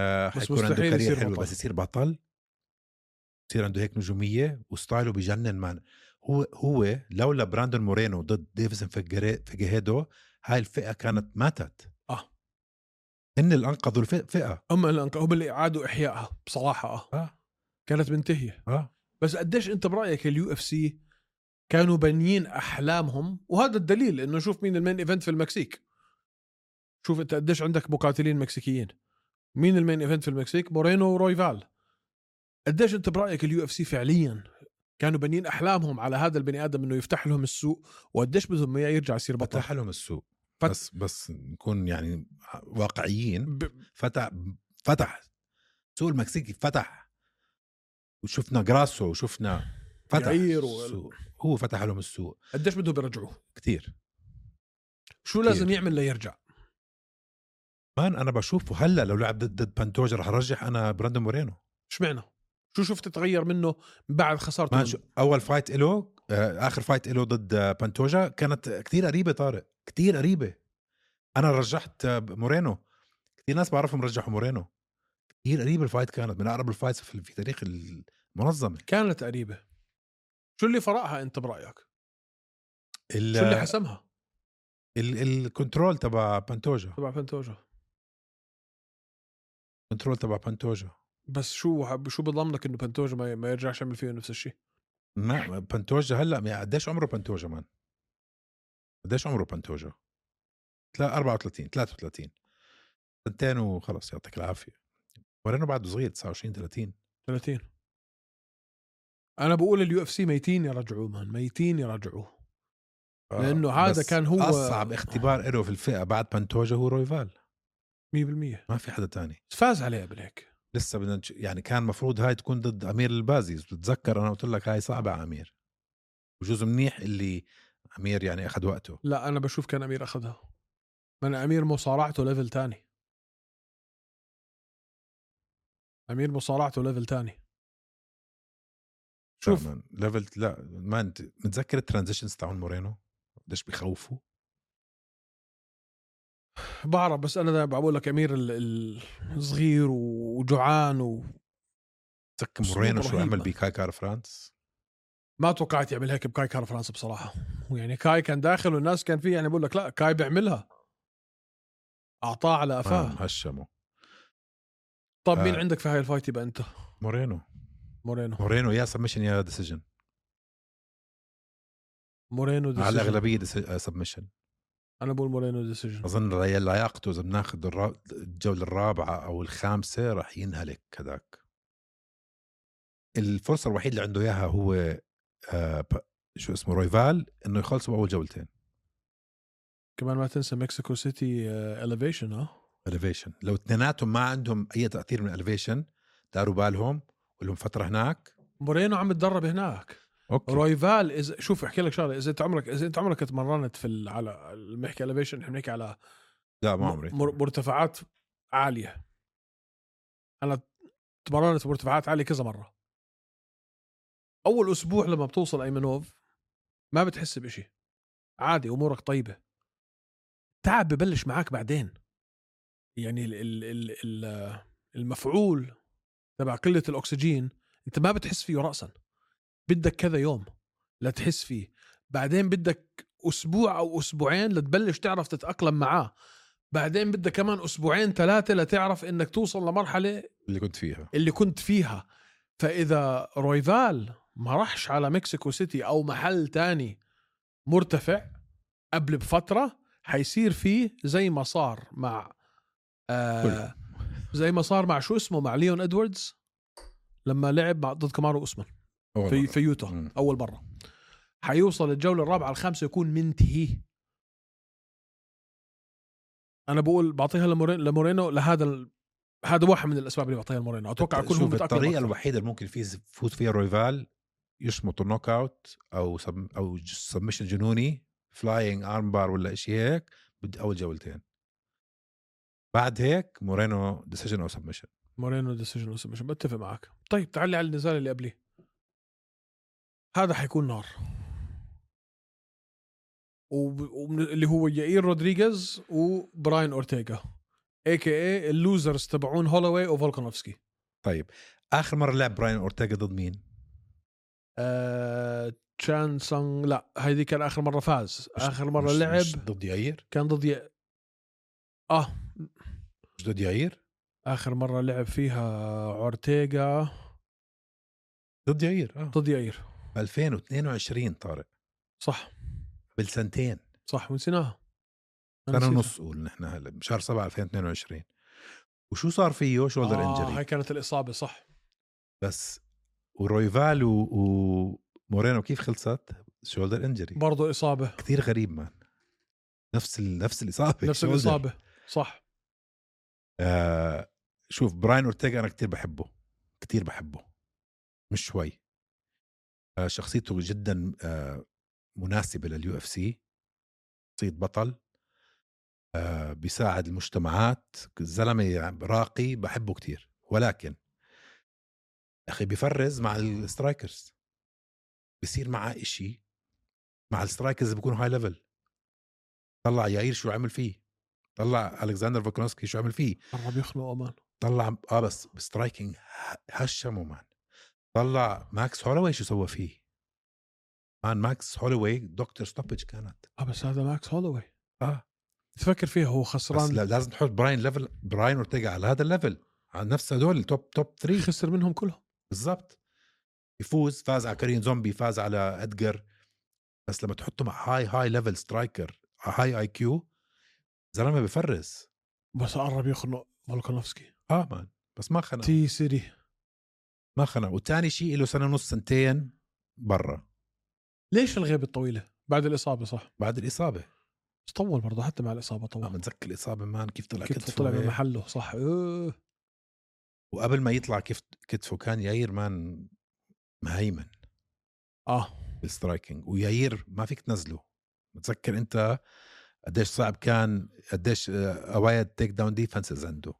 [SPEAKER 1] آه، حيكون عنده
[SPEAKER 2] مستحيل
[SPEAKER 1] كارير
[SPEAKER 2] يصير
[SPEAKER 1] حلو
[SPEAKER 2] بطل.
[SPEAKER 1] بس يصير بطل يصير عنده هيك نجوميه وستايله بجنن مان هو هو لولا براندون مورينو ضد ديفيسون فيجري- فيجيهيدو هاي الفئه كانت ماتت
[SPEAKER 2] آه.
[SPEAKER 1] هن اللي انقذوا الفئه
[SPEAKER 2] هم اللي أنق- هم اللي اعادوا احيائها بصراحه اه
[SPEAKER 1] اه
[SPEAKER 2] كانت منتهيه
[SPEAKER 1] اه
[SPEAKER 2] بس قديش انت برايك اليو اف سي كانوا بانيين احلامهم وهذا الدليل انه شوف مين المين ايفنت في المكسيك شوف انت قديش عندك مقاتلين مكسيكيين مين المين ايفنت في المكسيك مورينو ورويفال قديش انت برايك اليو اف سي فعليا كانوا بانيين احلامهم على هذا البني ادم انه يفتح لهم السوق وقديش بدهم اياه يرجع يصير بطل
[SPEAKER 1] فتح لهم السوق
[SPEAKER 2] فت-
[SPEAKER 1] بس بس نكون يعني واقعيين
[SPEAKER 2] ب...
[SPEAKER 1] فتح فتح سوق المكسيكي فتح وشفنا جراسو وشفنا فتح
[SPEAKER 2] يعير وال-
[SPEAKER 1] السوق. هو فتح لهم السوق
[SPEAKER 2] قديش بدهم يرجعوه
[SPEAKER 1] كثير
[SPEAKER 2] شو لازم يعمل ليرجع
[SPEAKER 1] مان انا بشوفه هلا لو لعب ضد ضد بانتوج رح ارجح انا براندون مورينو
[SPEAKER 2] اشمعنى شو شفت تغير منه بعد خسارته
[SPEAKER 1] مان
[SPEAKER 2] من-
[SPEAKER 1] شو- اول فايت له اخر فايت له ضد آه، بانتوجا كانت كثير قريبه طارق كثير قريبه انا رجحت آه، مورينو كثير ناس بعرفهم رجحوا مورينو كثير قريبه الفايت كانت من اقرب الفايتس في في تاريخ المنظمه
[SPEAKER 2] كانت قريبه شو اللي فرقها انت برايك شو اللي
[SPEAKER 1] ال-
[SPEAKER 2] حسمها
[SPEAKER 1] ال- الكنترول تبع بانتوجا
[SPEAKER 2] تبع فانتوجا
[SPEAKER 1] كنترول تبع بانتوجا
[SPEAKER 2] بس شو شو بضمنك انه بانتوجا ما, ما يرجعش يعمل فيه نفس الشيء
[SPEAKER 1] ما بانتوجا هلا ما- قديش عمره بانتوجا مان؟ قديش عمره بانتوجا؟ تلا 34 33 سنتين وخلص يعطيك العافيه مورينو بعده صغير 29 30
[SPEAKER 2] 30 انا بقول اليو اف سي ميتين يرجعوه مان ميتين يرجعوه
[SPEAKER 1] آه،
[SPEAKER 2] لأنه هذا
[SPEAKER 1] بس
[SPEAKER 2] كان هو-
[SPEAKER 1] اصعب اختبار له في الفئه بعد بانتوجا هو رويفال
[SPEAKER 2] 100%
[SPEAKER 1] ما في حدا تاني
[SPEAKER 2] فاز عليها بالهيك
[SPEAKER 1] لسه بدنا نش- يعني كان مفروض هاي تكون ضد امير البازي بتتذكر انا قلت لك هاي صعبه على امير وجوز منيح اللي امير يعني اخذ وقته
[SPEAKER 2] لا انا بشوف كان امير اخذها من امير مصارعته ليفل تاني امير مصارعته ليفل تاني شوف
[SPEAKER 1] شوف ليفل لا ما انت متذكر الترانزيشنز تاعون مورينو قديش بيخوفوا
[SPEAKER 2] بعرف بس انا دايما بقول لك امير ال- ال- صغير وجوعان وما
[SPEAKER 1] تذكر
[SPEAKER 2] أسلوب
[SPEAKER 1] مورينو شو
[SPEAKER 2] رهيب.
[SPEAKER 1] عمل بكايكار فرانس
[SPEAKER 2] توقعت يعمل هيك بكاي كار فرنسا بصراحه ويعني كاي كان داخل والناس كان فيه يعني بقول لك لا كاي بيعملها اعطاه على قفاه
[SPEAKER 1] آه، هشمه
[SPEAKER 2] طب مين
[SPEAKER 1] آه.
[SPEAKER 2] عندك في هاي الفايت يبقى انت
[SPEAKER 1] مورينو
[SPEAKER 2] مورينو
[SPEAKER 1] مورينو يا سبمشن يا ديسيجن
[SPEAKER 2] مورينو
[SPEAKER 1] على آه،
[SPEAKER 2] ديسيجن
[SPEAKER 1] الاغلبيه سبمشن
[SPEAKER 2] انا بقول مورينو ديسيجن
[SPEAKER 1] اظن لي- لياقته اذا بناخذ الرا- الجوله الرابعه او الخامسه راح ينهلك هذاك الفرصه الوحيده اللي عنده اياها هو آه ب- شو اسمه رويفال انه يخلصوا باول جولتين
[SPEAKER 2] كمان ما تنسى مكسيكو سيتي اليفيشن اه
[SPEAKER 1] الفيشن لو اثنيناتهم ما عندهم اي تاثير من الفيشن داروا بالهم ولهم فتره هناك
[SPEAKER 2] مورينو عم يتدرب هناك
[SPEAKER 1] اوكي
[SPEAKER 2] رويفال إذا شوف احكي لك شغله اذا انت عمرك اذا انت عمرك تمرنت في ال- على بنحكي اليفيشن احنا بنحكي على
[SPEAKER 1] لا ما عمري
[SPEAKER 2] مر- مرتفعات عاليه انا تمرنت في مرتفعات عاليه كذا مره اول اسبوع لما بتوصل ايمنوف ما بتحس بشيء عادي امورك طيبه التعب ببلش معك بعدين يعني ال ال ال ال المفعول تبع قله الاكسجين انت ما بتحس فيه راسا بدك كذا يوم لتحس فيه بعدين بدك اسبوع او اسبوعين لتبلش تعرف تتاقلم معاه بعدين بدك كمان اسبوعين ثلاثه لتعرف انك توصل لمرحله
[SPEAKER 1] اللي كنت فيها
[SPEAKER 2] اللي كنت فيها فاذا رويفال ما راحش على مكسيكو سيتي او محل تاني مرتفع قبل بفتره حيصير فيه زي ما صار مع آه
[SPEAKER 1] كله.
[SPEAKER 2] زي ما صار مع شو اسمه مع ليون ادواردز لما لعب مع ضد كمارو اوسمان
[SPEAKER 1] أول
[SPEAKER 2] في
[SPEAKER 1] مرة.
[SPEAKER 2] في يوتا
[SPEAKER 1] مم.
[SPEAKER 2] اول مره حيوصل الجوله الرابعه الخامسه يكون منتهي انا بقول بعطيها لمورينو, لمورينو لهذا ال... هذا واحد من الاسباب اللي بعطيها لمورينو اتوقع كل
[SPEAKER 1] شوف
[SPEAKER 2] هم
[SPEAKER 1] الطريقه الوحيده اللي ممكن فيه يفوت فيها رويفال يشمط النوك اوت او سب او سبمشن جنوني فلاينج ارم بار ولا شيء هيك بدي اول جولتين بعد هيك مورينو ديسيجن او سبمشن
[SPEAKER 2] مورينو ديسيجن وسبشن بتفق معك طيب تعال لي على النزال اللي قبليه هذا حيكون نار وب... ومن- اللي هو يائير رودريغيز وبراين اورتيغا اي كي اي اللوزرز تبعون هولوي وفولكانوفسكي
[SPEAKER 1] طيب اخر مره لعب براين اورتيغا ضد مين؟
[SPEAKER 2] آه... تشان سونغ لا هذه كان اخر مره فاز
[SPEAKER 1] مش-
[SPEAKER 2] اخر مره
[SPEAKER 1] مش- مش
[SPEAKER 2] لعب
[SPEAKER 1] ضد ياير
[SPEAKER 2] كان ضد ي... اه
[SPEAKER 1] مش ضد ياير
[SPEAKER 2] اخر مره لعب فيها اورتيغا
[SPEAKER 1] ضد ياير اه
[SPEAKER 2] ضد يائير
[SPEAKER 1] 2022 طارق
[SPEAKER 2] صح
[SPEAKER 1] قبل سنتين
[SPEAKER 2] صح ونسيناها أنا
[SPEAKER 1] سنه
[SPEAKER 2] نسيتها.
[SPEAKER 1] ونص قول نحن هلا بشهر 7 2022 وشو صار فيه شولدر
[SPEAKER 2] آه
[SPEAKER 1] انجري
[SPEAKER 2] هاي كانت الاصابه صح
[SPEAKER 1] بس ورويفال و- ومورينو كيف خلصت؟ شولدر انجري
[SPEAKER 2] برضو اصابه
[SPEAKER 1] كثير غريب مان نفس ال... نفس الاصابه
[SPEAKER 2] نفس
[SPEAKER 1] shoulder.
[SPEAKER 2] الاصابه صح
[SPEAKER 1] آه شوف براين اورتيغا انا كثير بحبه كثير بحبه مش شوي آه شخصيته جدا آه مناسبه لليو اف سي شخصيه بطل آه بيساعد المجتمعات زلمه راقي بحبه كثير ولكن يا اخي بيفرز مع السترايكرز بصير معاه إشي مع السترايكرز بيكونوا هاي ليفل طلع ياير شو عمل فيه طلع الكسندر فوكنوسكي شو عمل فيه
[SPEAKER 2] قرب يخلق امان
[SPEAKER 1] طلع اه بس بسترايكنج ه- هشمه مان طلع ماكس هولوي شو سوى فيه مان ماكس هولوي دكتور ستوبج كانت
[SPEAKER 2] اه بس هذا ماكس هولوي
[SPEAKER 1] اه
[SPEAKER 2] تفكر فيها هو
[SPEAKER 1] بس
[SPEAKER 2] خسران
[SPEAKER 1] لا- لازم تحط براين ليفل براين اورتيغا على هذا الليفل على نفس هدول توب توب 3
[SPEAKER 2] خسر منهم كلهم
[SPEAKER 1] بالضبط يفوز فاز على كريم زومبي فاز على ادجر بس لما تحطه مع هاي هاي ليفل سترايكر هاي اي كيو زلمه بفرز
[SPEAKER 2] بس قرب يخنق فولكانوفسكي
[SPEAKER 1] اه مان بس ما خنق
[SPEAKER 2] تي سيري
[SPEAKER 1] ما خنق وتاني شيء له سنه ونص سنتين برا
[SPEAKER 2] ليش الغيبه الطويله بعد الاصابه صح
[SPEAKER 1] بعد الاصابه
[SPEAKER 2] بس طول برضه حتى مع الاصابه
[SPEAKER 1] آه،
[SPEAKER 2] طول
[SPEAKER 1] متذكر الاصابه مان كيف طلع
[SPEAKER 2] كتفه
[SPEAKER 1] كتفه,
[SPEAKER 2] طلع من
[SPEAKER 1] هيك.
[SPEAKER 2] محله صح أوه.
[SPEAKER 1] وقبل ما يطلع كيف كتفه كان ياير مان مهيمن
[SPEAKER 2] اه
[SPEAKER 1] بالسترايكنج وياير ما فيك تنزله متذكر انت قديش صعب كان قديش آه، اوايد تيك داون ديفنسز عنده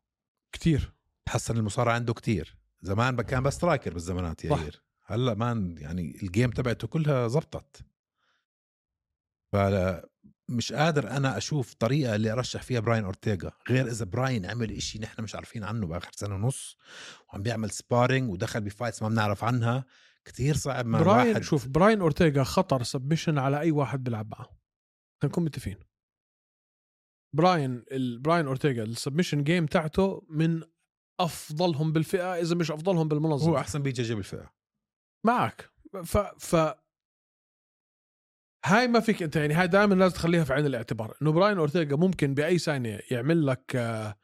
[SPEAKER 2] كثير
[SPEAKER 1] تحسن المصارعه عنده كتير زمان ب- كان بس سترايكر بالزمانات
[SPEAKER 2] آه. صح.
[SPEAKER 1] ياير هلا مان يعني الجيم تبعته كلها زبطت فلا مش قادر انا اشوف طريقه اللي ارشح فيها براين اورتيغا غير اذا براين عمل إشي نحن مش عارفين عنه باخر سنه ونص وعم بيعمل سبارينج ودخل بفايتس ما بنعرف عنها كتير صعب مع
[SPEAKER 2] براين
[SPEAKER 1] واحد
[SPEAKER 2] شوف براين اورتيغا خطر سبشن على اي واحد بيلعب معه خلينا نكون متفقين براين ال- براين اورتيغا السبشن جيم تاعته من افضلهم بالفئه اذا مش افضلهم بالمنظمه
[SPEAKER 1] هو احسن بيجي جيب الفئه
[SPEAKER 2] معك ف ف هاي ما فيك انت يعني هاي دائما لازم تخليها في عين الاعتبار انه براين اورتيغا ممكن باي ثانيه يعمل لك آه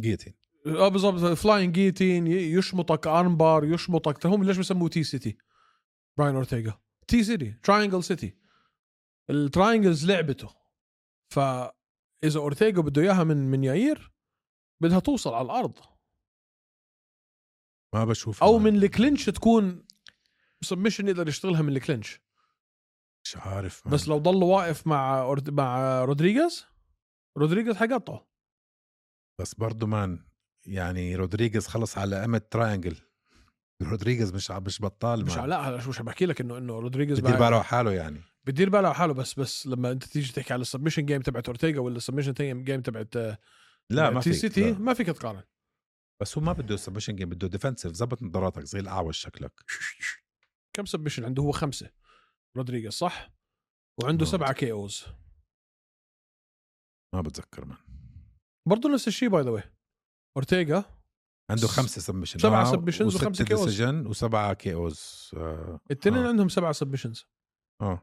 [SPEAKER 1] جيتين
[SPEAKER 2] آه، بالضبط فلاين جيتين يشمطك انبار يشمطك هم ليش بسموه تي سيتي براين اورتيغا تي سيتي تراينجل سيتي التراينجلز لعبته فاذا اورتيغا بده اياها من من ياير بدها توصل على الارض
[SPEAKER 1] ما بشوف
[SPEAKER 2] او من الكلينش تكون سبمشن يقدر يشتغلها من الكلينش
[SPEAKER 1] مش عارف
[SPEAKER 2] بس لو ضل واقف مع أورد- مع رودريغيز رودريغيز حيقطعه
[SPEAKER 1] بس برضه مان يعني رودريغيز خلص على قمة تراينجل رودريغيز مش ع- مش بطال
[SPEAKER 2] مش
[SPEAKER 1] مان.
[SPEAKER 2] لا مش بحكي لك انه انه رودريغيز
[SPEAKER 1] بدير باله على حاله يعني
[SPEAKER 2] بدير باله على حاله بس بس لما انت تيجي تحكي على السبمشن جيم تبعت اورتيغا ولا السبمشن جيم تبعت آه،
[SPEAKER 1] لا ما
[SPEAKER 2] تي
[SPEAKER 1] في
[SPEAKER 2] سيتي
[SPEAKER 1] لا.
[SPEAKER 2] ما فيك تقارن
[SPEAKER 1] بس هو ما بده سبشن جيم بده ديفنسيف زبط نظاراتك زي الاعوج شكلك
[SPEAKER 2] كم سبمشن عنده هو خمسه رودريغيز صح وعنده
[SPEAKER 1] بالضبط.
[SPEAKER 2] سبعه كي اوز
[SPEAKER 1] ما بتذكر مان
[SPEAKER 2] برضه نفس الشيء باي ذا واي اورتيغا
[SPEAKER 1] عنده
[SPEAKER 2] س-
[SPEAKER 1] خمسة سبمشن
[SPEAKER 2] سبعة submissions وخمسة KOs.
[SPEAKER 1] ديسيجن وسبعة كي اوز اه
[SPEAKER 2] الاثنين
[SPEAKER 1] آه.
[SPEAKER 2] عندهم سبعه سبمشنز
[SPEAKER 1] آه.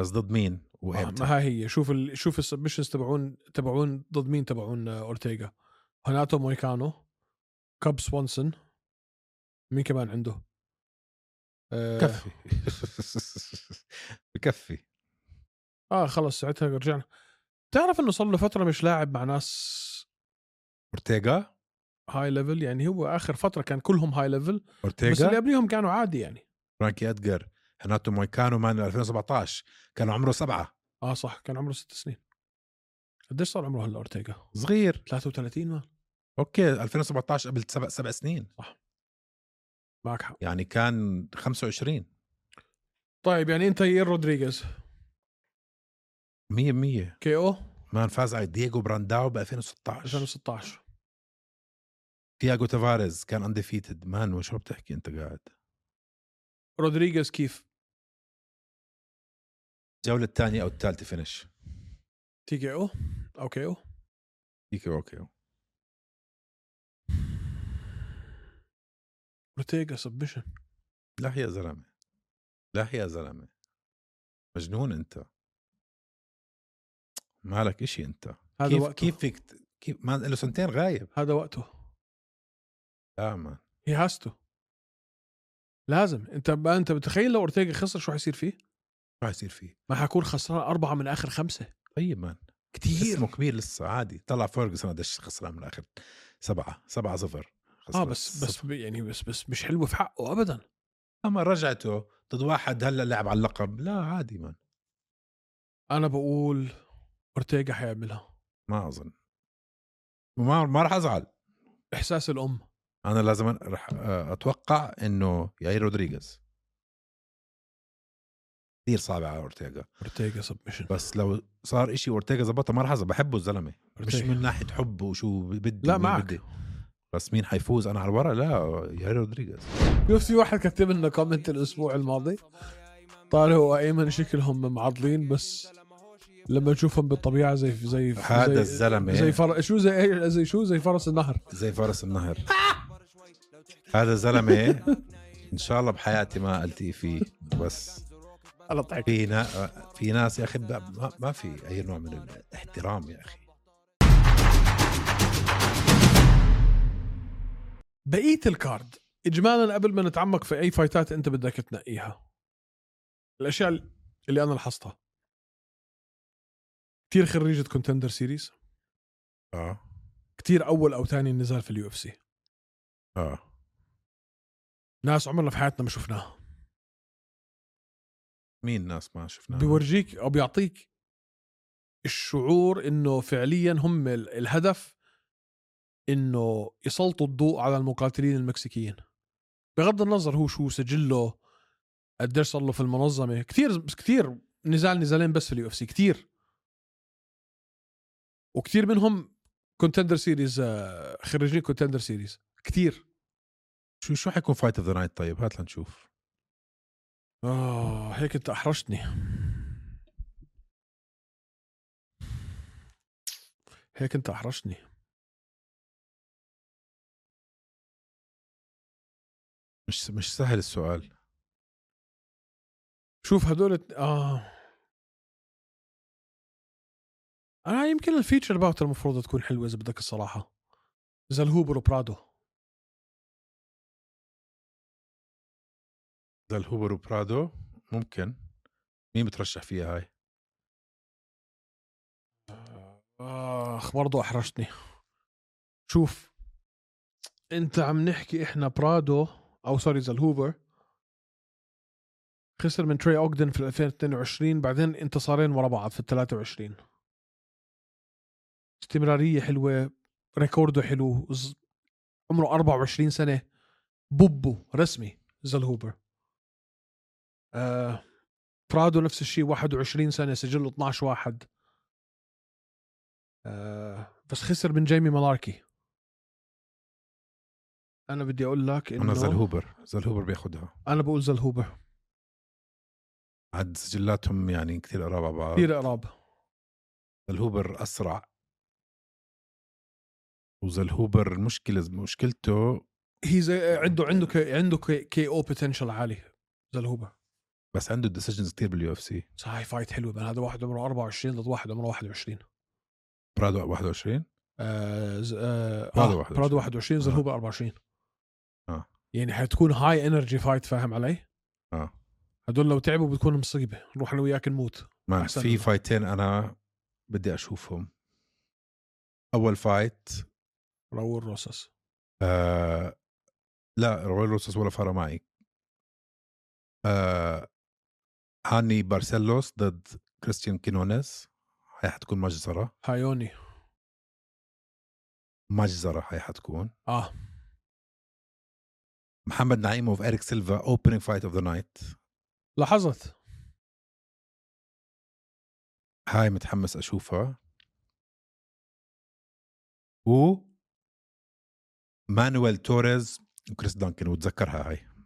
[SPEAKER 1] بس ضد مين وامتى
[SPEAKER 2] ما آه، هي هي شوف ال... شوف السبمشنز تبعون تبعون ضد مين تبعون آه، اورتيغا هناتو مويكانو كاب سوانسون مين كمان عنده؟ آه
[SPEAKER 1] بكفي بكفي
[SPEAKER 2] اه خلص ساعتها رجعنا تعرف انه صار له فتره مش لاعب مع ناس
[SPEAKER 1] اورتيغا
[SPEAKER 2] هاي ليفل يعني هو اخر فتره كان كلهم هاي ليفل بس اللي
[SPEAKER 1] اورتيغا
[SPEAKER 2] قبليهم كانوا عادي يعني
[SPEAKER 1] فرانكي ادجر هناتو مويكانو مان 2017 كان عمره سبعة
[SPEAKER 2] اه صح كان عمره ست سنين قديش صار عمره هلا اورتيغا؟
[SPEAKER 1] صغير
[SPEAKER 2] 33 ما
[SPEAKER 1] اوكي 2017 قبل سبع سبع سنين
[SPEAKER 2] معك حق
[SPEAKER 1] يعني كان 25
[SPEAKER 2] طيب يعني انت اير رودريغيز
[SPEAKER 1] 100%
[SPEAKER 2] كي او
[SPEAKER 1] مان فاز على دييغو برانداو ب 2016
[SPEAKER 2] 2016
[SPEAKER 1] تياغو تافاريز كان انديفيتد مان وشو بتحكي انت قاعد
[SPEAKER 2] رودريغيز كيف
[SPEAKER 1] الجوله الثانيه او الثالثه فينش
[SPEAKER 2] تي كي او او كي او
[SPEAKER 1] تيكي اوكي
[SPEAKER 2] اورتيغا سبمشن
[SPEAKER 1] لا يا زلمه لا يا زلمه مجنون انت مالك اشي انت
[SPEAKER 2] هذا
[SPEAKER 1] كيف
[SPEAKER 2] وقته.
[SPEAKER 1] كيف فيك ت- كيف ما له سنتين غايب
[SPEAKER 2] هذا وقته
[SPEAKER 1] لا مان
[SPEAKER 2] هي هاستو لازم انت ما انت بتخيل لو اورتيغا خسر شو حيصير فيه؟
[SPEAKER 1] شو راح يصير فيه
[SPEAKER 2] ما حكون خسران اربعه من اخر خمسه
[SPEAKER 1] طيب مان كثير
[SPEAKER 2] آه،
[SPEAKER 1] اسمه كبير لسه عادي طلع فيرجسون قديش خسران من الاخر سبعه سبعه صفر
[SPEAKER 2] اه
[SPEAKER 1] خسران.
[SPEAKER 2] بس بس ب- يعني بس بس مش حلوه في حقه ابدا
[SPEAKER 1] اما رجعته ضد واحد هلا لعب على اللقب لا عادي مان
[SPEAKER 2] انا بقول اورتيغا حيعملها
[SPEAKER 1] ما اظن ما ما راح ازعل
[SPEAKER 2] احساس الام
[SPEAKER 1] انا لازم أن- رح آه، اتوقع انه ياير رودريغيز كثير صعب على اورتيغا
[SPEAKER 2] اورتيغا سبمشن
[SPEAKER 1] بس لو صار إشي اورتيغا زبطها ما راح أزعل، بحبه الزلمه مش
[SPEAKER 2] أورتيغا.
[SPEAKER 1] من ناحيه حبه وشو بدي
[SPEAKER 2] لا
[SPEAKER 1] ومين
[SPEAKER 2] معك
[SPEAKER 1] بدي. بس مين حيفوز انا على الورق لا ياير رودريغيز
[SPEAKER 2] شوف في واحد كتب لنا كومنت الاسبوع الماضي طارق وايمن شكلهم معضلين بس لما تشوفهم بالطبيعه زي زي
[SPEAKER 1] هذا
[SPEAKER 2] زي,
[SPEAKER 1] الزلمه
[SPEAKER 2] زي فر... شو زي زي شو زي فرس النهر
[SPEAKER 1] زي فرس النهر هذا زلمه ان شاء الله بحياتي ما التقي فيه بس
[SPEAKER 2] الله يطعك
[SPEAKER 1] في نا... في ناس يا اخي ما... ما في اي نوع من الاحترام يا اخي
[SPEAKER 2] بقيه الكارد اجمالا قبل ما نتعمق في اي فايتات انت بدك تنقيها الاشياء اللي انا لاحظتها كثير خريجه كونتندر سيريز
[SPEAKER 1] اه
[SPEAKER 2] كثير اول او ثاني نزال في اليو اف سي
[SPEAKER 1] اه
[SPEAKER 2] ناس عمرنا في حياتنا ما شفناها
[SPEAKER 1] مين ناس ما شفناها
[SPEAKER 2] بيورجيك او بيعطيك الشعور انه فعليا هم ال- الهدف انه يسلطوا الضوء على المقاتلين المكسيكيين بغض النظر هو شو سجله قديش صار له في المنظمه كثير كثير نزال نزالين بس في اليو اف سي كثير وكثير منهم كونتندر سيريز خريجين كونتندر سيريز كثير
[SPEAKER 1] شو شو حيكون فايت اوف ذا نايت طيب هات لنشوف
[SPEAKER 2] اه هيك انت احرجتني هيك انت احرجتني
[SPEAKER 1] مش مش سهل السؤال
[SPEAKER 2] شوف هدول الت- اه انا يمكن الفيتشر باوت المفروض تكون حلوه اذا بدك الصراحه اذا الهوبر وبرادو
[SPEAKER 1] ذا الهوبر وبرادو ممكن مين بترشح فيها هاي
[SPEAKER 2] اخ برضو احرجتني شوف انت عم نحكي احنا برادو او سوري زلهوفر خسر من تري اوجدن في 2022 بعدين انتصارين ورا بعض في ال 23 استمرارية حلوة ريكوردو حلو ز- عمره 24 سنة بوبو رسمي زلهوبر آه برادو نفس الشيء 21 سنة سجله 12 واحد آه، بس خسر من جيمي مالاركي انا بدي اقول لك انه
[SPEAKER 1] انا ذا الهوبر ذا الهوبر بياخذها
[SPEAKER 2] انا بقول زلهوبر
[SPEAKER 1] عاد سجلاتهم يعني كثير قراب على بعض
[SPEAKER 2] كثير قراب
[SPEAKER 1] الهوبر اسرع وزلهوبر المشكله مشكلته
[SPEAKER 2] هي زي عنده عنده كي عنده كي, كي او بوتنشل عالي زلهوبر
[SPEAKER 1] بس عنده ديسيجنز كثير باليو اف سي
[SPEAKER 2] بس هاي فايت حلوه بين هذا واحد عمره 24 ضد واحد عمره 21
[SPEAKER 1] برادو 21
[SPEAKER 2] آه ز... آه
[SPEAKER 1] برادو
[SPEAKER 2] آه،
[SPEAKER 1] 21.
[SPEAKER 2] برادو 21 زلهوبر 24
[SPEAKER 1] آه.
[SPEAKER 2] يعني حتكون هاي انرجي فايت فاهم علي؟
[SPEAKER 1] اه
[SPEAKER 2] هدول لو تعبوا بتكون مصيبه نروح انا وياك نموت
[SPEAKER 1] مان
[SPEAKER 2] أحسن.
[SPEAKER 1] في فايتين انا بدي اشوفهم اول فايت
[SPEAKER 2] راول روسس
[SPEAKER 1] آه لا رويل روسس ولا فارا معي آه هاني بارسيلوس ضد كريستيان كينونيز هاي حتكون مجزرة
[SPEAKER 2] هايوني
[SPEAKER 1] مجزره هي حتكون
[SPEAKER 2] اه
[SPEAKER 1] محمد نعيموف اريك سيلفا اوبننج فايت اوف ذا نايت
[SPEAKER 2] لاحظت
[SPEAKER 1] هاي متحمس اشوفها و مانويل توريز وكريس دانكن وتذكرها هاي
[SPEAKER 2] هذول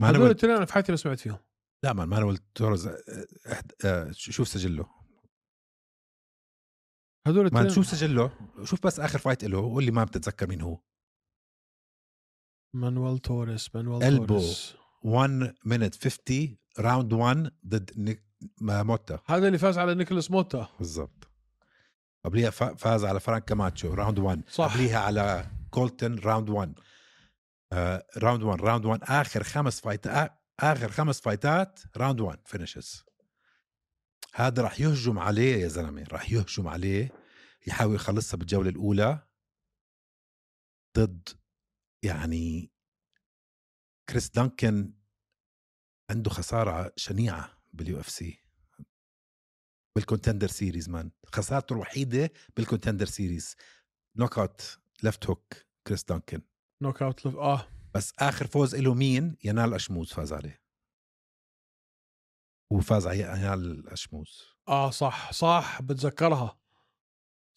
[SPEAKER 1] مانويل
[SPEAKER 2] الاثنين انا في حياتي ما سمعت فيهم
[SPEAKER 1] لا مان مانويل توريز أه، أحد- أه، شو- شوف سجله
[SPEAKER 2] هذول
[SPEAKER 1] مان
[SPEAKER 2] الاثنين
[SPEAKER 1] شوف سجله شوف بس اخر فايت له وقول لي ما بتتذكر مين هو
[SPEAKER 2] مانويل توريس مانويل
[SPEAKER 1] قلبه.
[SPEAKER 2] توريس
[SPEAKER 1] 1 minute 50 راوند 1 ضد نيك ما- موتا
[SPEAKER 2] هذا اللي فاز على نيكولاس موتا
[SPEAKER 1] بالضبط قبليها فا- فاز على فرانك كاماتشو راوند 1
[SPEAKER 2] صح
[SPEAKER 1] قبليها على كولتن راوند 1 آه، راوند 1 راوند 1 اخر خمس فايتات اخر خمس فايتات راوند 1 فينيشز هذا راح يهجم عليه يا زلمه راح يهجم عليه يحاول يخلصها بالجوله الاولى ضد يعني كريس دانكن عنده خساره شنيعه باليو اف سي بالكونتندر سيريز مان خسارته الوحيده بالكونتندر سيريز نوك اوت ليفت هوك كريس دانكن
[SPEAKER 2] نوك اوت لف- اه
[SPEAKER 1] بس اخر فوز له مين ينال اشموز فاز عليه وفاز على ينال اشموز
[SPEAKER 2] اه صح صح بتذكرها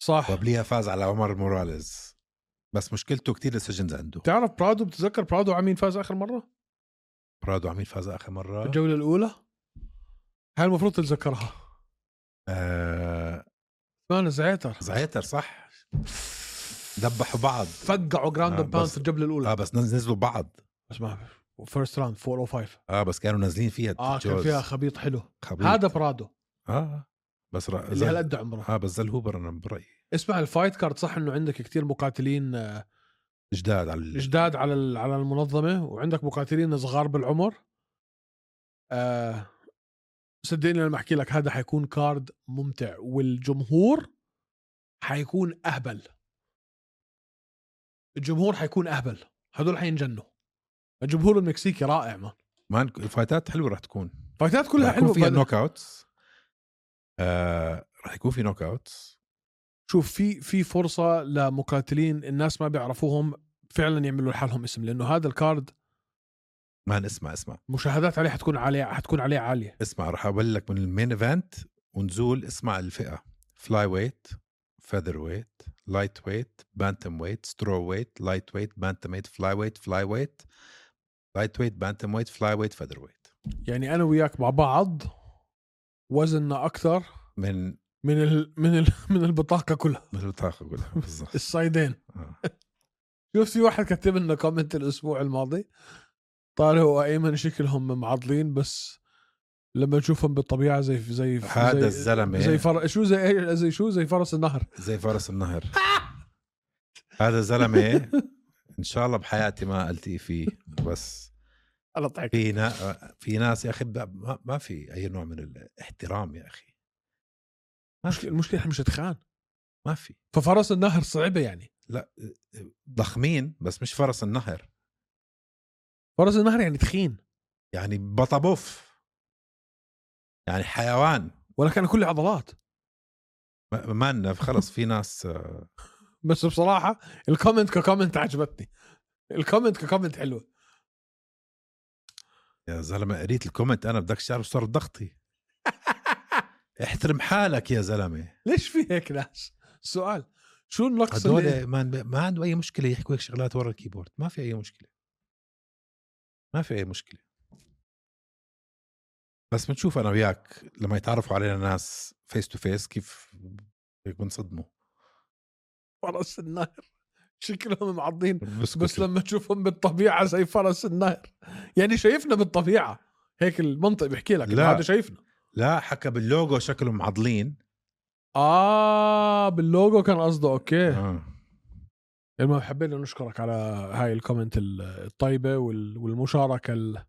[SPEAKER 2] صح
[SPEAKER 1] وقبليها فاز على عمر موراليز بس مشكلته كتير السجنز عنده
[SPEAKER 2] تعرف برادو بتذكر برادو على مين فاز اخر مره؟
[SPEAKER 1] برادو عميل فاز اخر مره
[SPEAKER 2] الجوله الاولى هاي المفروض تتذكرها
[SPEAKER 1] آه
[SPEAKER 2] مان زعتر
[SPEAKER 1] زعيتر صح ذبحوا بعض
[SPEAKER 2] فقعوا جراند
[SPEAKER 1] آه،
[SPEAKER 2] آه باوند
[SPEAKER 1] بس-
[SPEAKER 2] في الجوله الاولى
[SPEAKER 1] اه
[SPEAKER 2] آه
[SPEAKER 1] بس نزلوا بعض
[SPEAKER 2] بس ما فيرست راوند 405
[SPEAKER 1] اه بس كانوا نازلين فيها
[SPEAKER 2] اه oh كان
[SPEAKER 1] جوز.
[SPEAKER 2] فيها خبيط حلو
[SPEAKER 1] خبيط.
[SPEAKER 2] هذا برادو
[SPEAKER 1] اه بس را...
[SPEAKER 2] اللي
[SPEAKER 1] زل...
[SPEAKER 2] هالقد عمره
[SPEAKER 1] اه بس زل هوبر انا برايي
[SPEAKER 2] اسمع الفايت كارد صح انه عندك كتير مقاتلين آه،
[SPEAKER 1] جداد على ال...
[SPEAKER 2] جداد على ال- على المنظمه وعندك مقاتلين صغار بالعمر آه صدقني لما احكي لك هذا حيكون كارد ممتع والجمهور حيكون اهبل الجمهور حيكون اهبل هدول حينجنوا الجمهور المكسيكي رائع ما
[SPEAKER 1] مان الفايتات حلوه رح تكون
[SPEAKER 2] فايتات كلها
[SPEAKER 1] رح يكون
[SPEAKER 2] حلوه
[SPEAKER 1] فيها
[SPEAKER 2] بعد-
[SPEAKER 1] نوك اوتس آه رح يكون في نوك اوتس
[SPEAKER 2] شوف في في فرصه لمقاتلين الناس ما بيعرفوهم فعلا يعملوا لحالهم اسم لانه هذا الكارد
[SPEAKER 1] مان اسمع اسمع
[SPEAKER 2] مشاهدات عليه حتكون عاليه حتكون عليه عاليه
[SPEAKER 1] اسمع رح اقول لك من المين ايفنت ونزول اسمع الفئه فلاي ويت فيذر ويت لايت ويت بانتم ويت سترو ويت لايت ويت بانتم ويت فلاي ويت فلاي ويت لايت ويت بانتم ويت فلاي ويت فيذر ويت
[SPEAKER 2] يعني انا وياك مع بعض وزننا اكثر
[SPEAKER 1] من
[SPEAKER 2] من ال من ال من البطاقه كلها
[SPEAKER 1] مثل طاقة اقولها بالضبط
[SPEAKER 2] الصيدين
[SPEAKER 1] آه.
[SPEAKER 2] شفت في واحد كتب لنا كومنت الاسبوع الماضي طارق وايمن شكلهم معضلين بس لما تشوفهم بالطبيعه زي زي
[SPEAKER 1] هذا
[SPEAKER 2] زي,
[SPEAKER 1] الزلمه
[SPEAKER 2] زي فر... شو زي زي شو زي فرس النهر
[SPEAKER 1] زي فرس النهر هذا زلمه ان شاء الله بحياتي ما التقي فيه بس
[SPEAKER 2] انا ضحكت
[SPEAKER 1] في ناس في ناس يا اخي ب- ما, ما في اي نوع من الاحترام يا اخي ما
[SPEAKER 2] المشكله
[SPEAKER 1] في
[SPEAKER 2] المشكله احنا مش اتخان
[SPEAKER 1] ما في
[SPEAKER 2] ففرس النهر صعبه يعني
[SPEAKER 1] لا ضخمين بس مش فرس النهر
[SPEAKER 2] فرس النهر يعني تخين
[SPEAKER 1] يعني بطبوف يعني حيوان
[SPEAKER 2] ولكن انا كل عضلات
[SPEAKER 1] ما ما لنا خلص في ناس آه،
[SPEAKER 2] بس بصراحه الكومنت ككومنت عجبتني الكومنت ككومنت حلوه
[SPEAKER 1] يا زلمه قريت الكومنت انا بدك تعرف صار ضغطي احترم حالك يا زلمه
[SPEAKER 2] ليش في هيك ناس؟ سؤال شو النقص اللي
[SPEAKER 1] هدول ما ما عنده اي مشكله يحكوا هيك شغلات ورا الكيبورد ما في اي مشكله ما في اي مشكله بس بنشوف انا وياك لما يتعرفوا علينا ناس فيس تو فيس كيف هيك بنصدموا
[SPEAKER 2] فرس النهر شكلهم معضين بس
[SPEAKER 1] بسكتوا.
[SPEAKER 2] لما تشوفهم بالطبيعه زي فرس النهر يعني شايفنا بالطبيعه هيك المنطق بيحكي لك
[SPEAKER 1] لا.
[SPEAKER 2] لا. هذا شايفنا
[SPEAKER 1] لا حكى باللوجو شكلهم معضلين
[SPEAKER 2] اه باللوجو كان قصده اوكي
[SPEAKER 1] آه.
[SPEAKER 2] المهم حبينا نشكرك على هاي الكومنت ال- الطيبه وال- والمشاركه ال-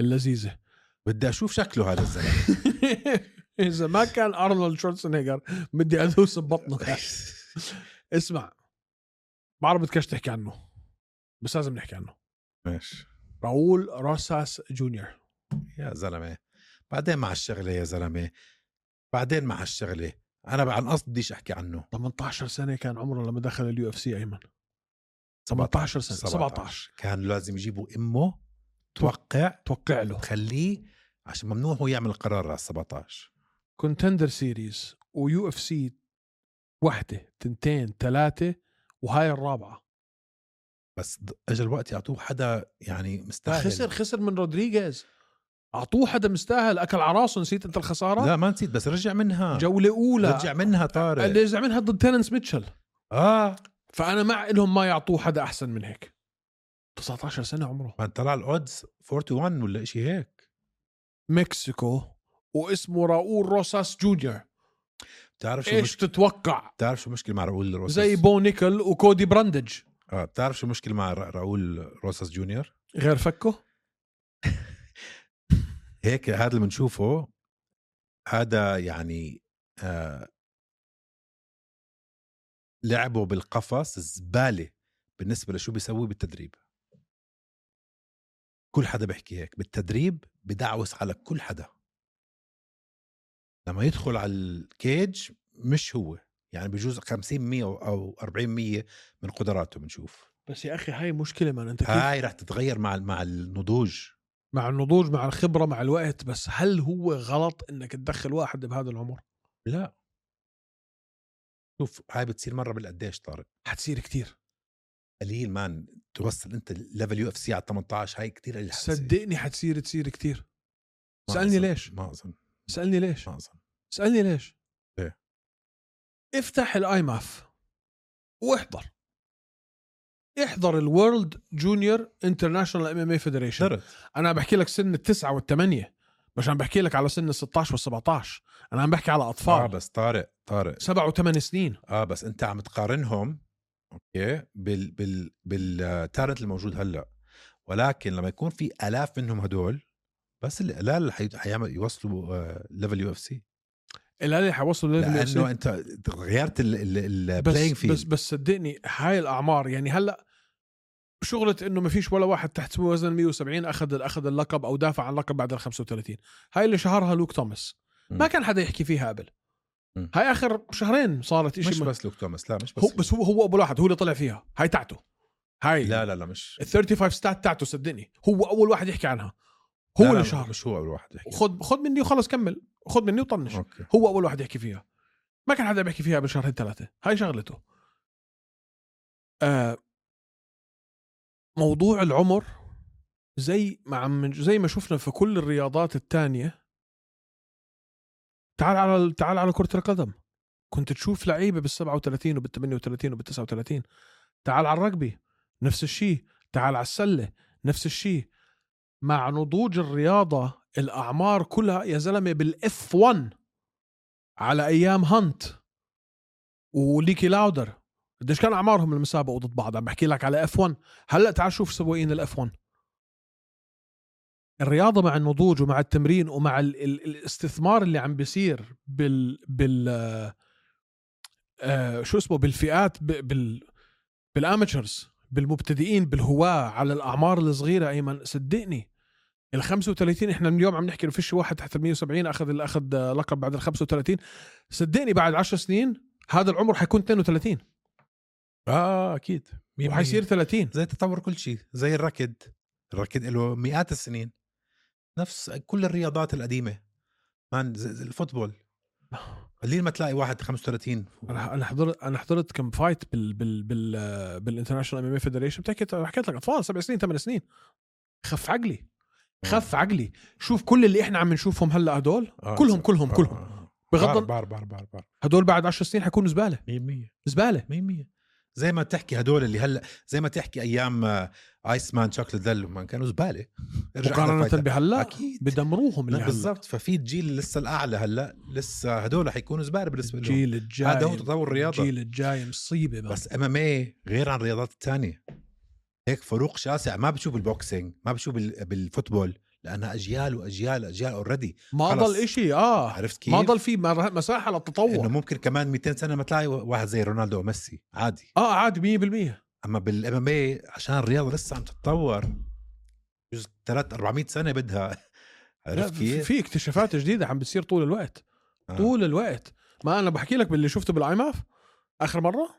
[SPEAKER 2] اللذيذه
[SPEAKER 1] بدي اشوف شكله هذا الزلمه
[SPEAKER 2] اذا ما كان ارنولد شورتسنيجر بدي ادوس ببطنك اسمع بعرف بدكش تحكي عنه بس لازم نحكي عنه
[SPEAKER 1] ماشي
[SPEAKER 2] راؤول روساس جونيور
[SPEAKER 1] يا زلمه بعدين مع الشغله يا زلمه بعدين مع الشغله انا عن قصد بديش احكي عنه
[SPEAKER 2] 18 سنه كان عمره لما دخل اليو اف سي ايمن
[SPEAKER 1] 17
[SPEAKER 2] 18 سنه 17
[SPEAKER 1] كان لازم يجيبوا امه توقع
[SPEAKER 2] توقع له
[SPEAKER 1] خليه عشان ممنوع هو يعمل قرار على 17
[SPEAKER 2] كونتندر سيريز ويو اف سي وحده تنتين ثلاثه وهاي الرابعه
[SPEAKER 1] بس د- اجى الوقت يعطوه حدا يعني مستاهل
[SPEAKER 2] خسر خسر من رودريغيز اعطوه حدا مستاهل اكل على راسه نسيت انت الخساره
[SPEAKER 1] لا ما نسيت بس رجع منها
[SPEAKER 2] جوله اولى
[SPEAKER 1] رجع منها
[SPEAKER 2] اللي
[SPEAKER 1] طارق
[SPEAKER 2] رجع منها ضد تيرنس ميتشل
[SPEAKER 1] اه
[SPEAKER 2] فانا مع لهم ما يعطوه حدا احسن من هيك 19 سنه عمره
[SPEAKER 1] ما طلع الاودز 41 ولا شيء هيك
[SPEAKER 2] مكسيكو واسمه راؤول روساس جونيور
[SPEAKER 1] بتعرف شو
[SPEAKER 2] ايش
[SPEAKER 1] مش...
[SPEAKER 2] تتوقع
[SPEAKER 1] بتعرف شو مشكلة مع راؤول روسس
[SPEAKER 2] زي بو نيكل وكودي براندج
[SPEAKER 1] اه بتعرف شو مشكلة مع را- راؤول روسس جونيور
[SPEAKER 2] غير فكه
[SPEAKER 1] هيك هذا اللي بنشوفه هذا يعني آه لعبه بالقفص زبالة بالنسبة لشو بيسوي بالتدريب كل حدا بيحكي هيك بالتدريب بدعوس على كل حدا لما يدخل على الكيج مش هو يعني بجوز 50 100 او 40 100 من قدراته بنشوف
[SPEAKER 2] بس يا اخي هاي مشكله من انت كيف
[SPEAKER 1] هاي رح تتغير مع مع النضوج
[SPEAKER 2] مع النضوج مع الخبره مع الوقت بس هل هو غلط انك تدخل واحد بهذا العمر
[SPEAKER 1] لا شوف هاي بتصير مره بالقديش طارق
[SPEAKER 2] حتصير كتير
[SPEAKER 1] قليل مان توصل انت ليفل يو اف سي على 18 هاي كثير قليل حتصير.
[SPEAKER 2] صدقني حتصير تصير كتير
[SPEAKER 1] ما
[SPEAKER 2] سألني
[SPEAKER 1] أظن-
[SPEAKER 2] ليش؟
[SPEAKER 1] ما اظن
[SPEAKER 2] اسألني ليش
[SPEAKER 1] ما اظن
[SPEAKER 2] اسألني ليش
[SPEAKER 1] إيه.
[SPEAKER 2] افتح الاي ماف واحضر احضر الورلد جونيور انترناشونال ام ام اي فيدريشن
[SPEAKER 1] صرت
[SPEAKER 2] انا عم بحكي لك سن التسعه والثمانيه مش عم بحكي لك على سن ال 16 وال 17 انا عم بحكي على
[SPEAKER 1] اه
[SPEAKER 2] اطفال
[SPEAKER 1] بس طارق طارق
[SPEAKER 2] سبع وثمان سنين
[SPEAKER 1] اه بس انت عم تقارنهم اوكي بال بال بالتالنت الموجود هلا ولكن لما يكون في الاف منهم هدول بس القلال اللي حي- حيعمل يوصلوا آه، ليفل يو اف سي
[SPEAKER 2] الهلال حيوصلوا ليفل
[SPEAKER 1] لانه انت غيرت البلاينج
[SPEAKER 2] بس,
[SPEAKER 1] فيلد
[SPEAKER 2] بس بس صدقني هاي الاعمار يعني هلا شغله انه ما فيش ولا واحد تحت وزن 170 اخذ اخذ اللقب او دافع عن اللقب بعد ال 35 هاي اللي شهرها لوك توماس ما
[SPEAKER 1] مم.
[SPEAKER 2] كان حدا يحكي فيها قبل
[SPEAKER 1] مم.
[SPEAKER 2] هاي اخر شهرين صارت
[SPEAKER 1] مش
[SPEAKER 2] شيء
[SPEAKER 1] بس لوك توماس لا مش بس
[SPEAKER 2] هو بس هو هو ابو الواحد هو اللي طلع فيها هاي تاعته هاي
[SPEAKER 1] لا لا لا مش
[SPEAKER 2] ال 35 ستات تاعته صدقني هو اول واحد يحكي عنها
[SPEAKER 1] لا لا
[SPEAKER 2] هو اللي شهر
[SPEAKER 1] مش هو اول واحد يحكي
[SPEAKER 2] خذ خذ مني وخلص كمل خذ مني وطنش
[SPEAKER 1] اوكي
[SPEAKER 2] هو اول واحد يحكي فيها ما كان حدا بيحكي فيها قبل شهرين ثلاثه هاي شغلته آه موضوع العمر زي ما عم زي ما شفنا في كل الرياضات الثانيه تعال على تعال على كره القدم كنت تشوف لعيبه بال 37 وبال 38 وبال 39 تعال على الرugby نفس الشيء تعال على السله نفس الشيء مع نضوج الرياضه الاعمار كلها يا زلمه بالاف 1 على ايام هانت وليكي لاودر قديش كان اعمارهم لما سابقوا ضد بعض عم بحكي لك على اف 1 هلا تعال شوف سواقين الاف 1 الرياضه مع النضوج ومع التمرين ومع ال ال الاستثمار اللي عم بيصير بال بال آه، آه شو اسمه بالفئات ب- بال بالاماتشرز بالمبتدئين بالهواه على الاعمار الصغيره ايمن صدقني ال 35 احنا من اليوم عم نحكي انه فيش واحد تحت ال 170 اخذ ال- اخذ آه، لقب بعد ال 35 صدقني بعد 10 سنين هذا العمر حيكون 32
[SPEAKER 1] اه اكيد مين
[SPEAKER 2] وحيصير
[SPEAKER 1] مين؟
[SPEAKER 2] 30
[SPEAKER 1] زي تطور كل شيء زي الركض الركض له مئات السنين نفس كل الرياضات القديمه مان زي- زي الفوتبول قليل ما تلاقي واحد 35
[SPEAKER 2] انا انا حضرت انا حضرت كم فايت بال بال بال آه، بالانترناشونال ام ام فيدريشن بتحكي حكيت لك اطفال سبع سنين ثمان سنين خف عقلي خف عقلي شوف كل اللي احنا عم نشوفهم هلا هدول
[SPEAKER 1] آه،
[SPEAKER 2] كلهم
[SPEAKER 1] صح.
[SPEAKER 2] كلهم
[SPEAKER 1] آه،
[SPEAKER 2] كلهم
[SPEAKER 1] آه.
[SPEAKER 2] بغض
[SPEAKER 1] بار
[SPEAKER 2] الن-
[SPEAKER 1] بار بار بار بار
[SPEAKER 2] هدول بعد 10 سنين حيكونوا زباله
[SPEAKER 1] 100%
[SPEAKER 2] زباله
[SPEAKER 1] 100% زي ما تحكي هدول اللي هلا زي ما تحكي ايام آه، ايس مان شوكلت دل مان كانوا زباله ارجع
[SPEAKER 2] مقارنه
[SPEAKER 1] للفايتة.
[SPEAKER 2] بهلا
[SPEAKER 1] اكيد
[SPEAKER 2] بدمروهم اللي
[SPEAKER 1] لا،
[SPEAKER 2] هلا
[SPEAKER 1] بالضبط ففي الجيل لسه الاعلى هلا لسه هدول حيكونوا زباله بالنسبه لهم
[SPEAKER 2] الجيل الجاي
[SPEAKER 1] هذا هو تطور الرياضه
[SPEAKER 2] الجيل الجاي مصيبه بقى.
[SPEAKER 1] بس ام ام اي غير عن الرياضات الثانيه هيك فروق شاسع ما بتشوف بالبوكسينج ما بتشوف بال- بالفوتبول لانها اجيال واجيال اجيال اوريدي
[SPEAKER 2] ما
[SPEAKER 1] خلص.
[SPEAKER 2] ضل إشي اه
[SPEAKER 1] عرفت كيف؟
[SPEAKER 2] ما ضل في مر- مساحه
[SPEAKER 1] انه
[SPEAKER 2] للتطور
[SPEAKER 1] ممكن كمان 200 سنه ما تلاقي واحد زي رونالدو وميسي عادي
[SPEAKER 2] اه عادي 100%
[SPEAKER 1] اما بالام ام اي إيه عشان الرياضه لسه عم تتطور جزء 3 400 سنه بدها
[SPEAKER 2] لا
[SPEAKER 1] عرفت
[SPEAKER 2] في
[SPEAKER 1] كيف؟
[SPEAKER 2] في اكتشافات جديده عم بتصير طول الوقت
[SPEAKER 1] آه.
[SPEAKER 2] طول الوقت ما انا بحكي لك باللي شفته بالاي ماف اخر مره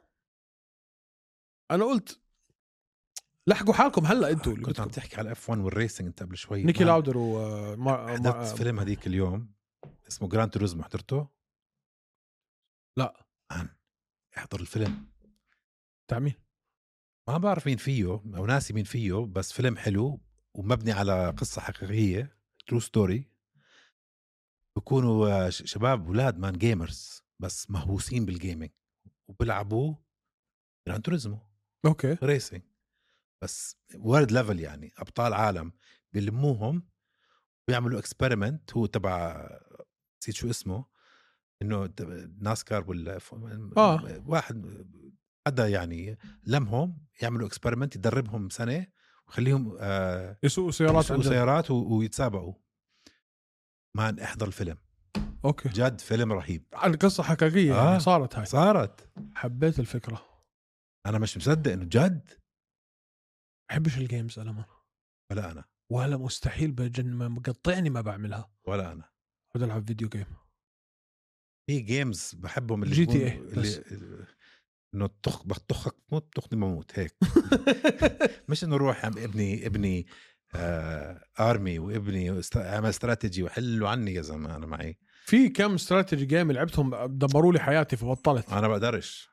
[SPEAKER 2] انا قلت لحقوا حالكم هلا انتوا اللي
[SPEAKER 1] آه، كنت عم
[SPEAKER 2] بدكم
[SPEAKER 1] تحكي نعم. على اف 1 والريسنج انت قبل شوي
[SPEAKER 2] نيكي
[SPEAKER 1] ما-
[SPEAKER 2] لاودر وما
[SPEAKER 1] حضرت فيلم هذيك اليوم اسمه جراند توريزمو حضرته؟
[SPEAKER 2] آه، لا
[SPEAKER 1] عن احضر الفيلم
[SPEAKER 2] تاع مين؟
[SPEAKER 1] ما بعرف مين فيه او ناسي مين فيه بس فيلم حلو ومبني على قصه حقيقيه ترو ستوري بكونوا آه، ش- شباب اولاد مان جيمرز بس مهووسين بالجيمنج وبيلعبوا جراند توريزمو
[SPEAKER 2] اوكي
[SPEAKER 1] ريسنج بس وورد ليفل يعني ابطال عالم بيلموهم بيعملوا اكسبيرمنت هو تبع نسيت شو اسمه انه تبع ناسكار ولا ف-
[SPEAKER 2] آه.
[SPEAKER 1] واحد حدا يعني لمهم يعملوا اكسبيرمنت يدربهم سنه وخليهم آه
[SPEAKER 2] يسوقوا سيارات
[SPEAKER 1] يسوقوا
[SPEAKER 2] عن جد.
[SPEAKER 1] سيارات و- ويتسابقوا مان احضر الفيلم
[SPEAKER 2] اوكي
[SPEAKER 1] جد فيلم رهيب
[SPEAKER 2] عن قصه حقيقيه
[SPEAKER 1] آه.
[SPEAKER 2] يعني صارت هاي
[SPEAKER 1] صارت
[SPEAKER 2] حبيت الفكره
[SPEAKER 1] انا مش مصدق انه جد
[SPEAKER 2] بحبش الجيمز انا ما.
[SPEAKER 1] ولا انا
[SPEAKER 2] ولا مستحيل بجن ما مقطعني ما بعملها
[SPEAKER 1] ولا انا
[SPEAKER 2] بقعد العب فيديو جيم
[SPEAKER 1] في جيمز بحبهم اللي
[SPEAKER 2] GTA
[SPEAKER 1] بيكون-
[SPEAKER 2] بس.
[SPEAKER 1] اللي انه تخ بتخك موت تخني بموت هيك مش انه روح عم ابني ابني آه ارمي وابني است- اعمل استراتيجي وحلوا عني يا زلمه انا معي
[SPEAKER 2] في كم استراتيجي جيم لعبتهم دمروا لي حياتي فبطلت
[SPEAKER 1] انا بقدرش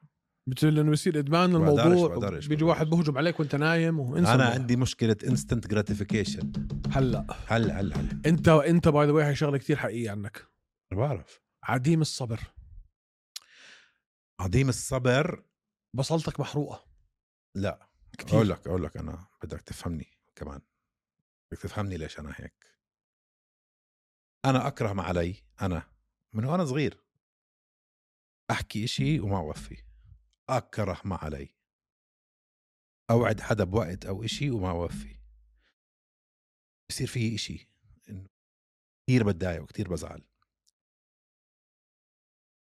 [SPEAKER 2] بت- لانه بيصير ادمان
[SPEAKER 1] بقدرش-
[SPEAKER 2] الموضوع
[SPEAKER 1] بقدرش-
[SPEAKER 2] بيجي
[SPEAKER 1] بقدرش.
[SPEAKER 2] واحد بهجم عليك وانت نايم وانسى
[SPEAKER 1] انا
[SPEAKER 2] الموضوع.
[SPEAKER 1] عندي مشكله انستنت جراتيفيكيشن
[SPEAKER 2] هلا
[SPEAKER 1] هلا هلا هلا
[SPEAKER 2] انت انت باي ذا واي هي شغله كثير حقيقيه عنك
[SPEAKER 1] أنا بعرف
[SPEAKER 2] عديم الصبر
[SPEAKER 1] عظيم الصبر
[SPEAKER 2] بصلتك محروقه
[SPEAKER 1] لا
[SPEAKER 2] كتير.
[SPEAKER 1] اقول لك اقول لك انا بدك تفهمني كمان بدك تفهمني ليش انا هيك انا اكره ما علي انا من وانا صغير احكي اشي وما اوفي اكره ما علي اوعد حدا بوقت او اشي وما اوفي بصير في اشي انه كثير بتضايق وكثير بزعل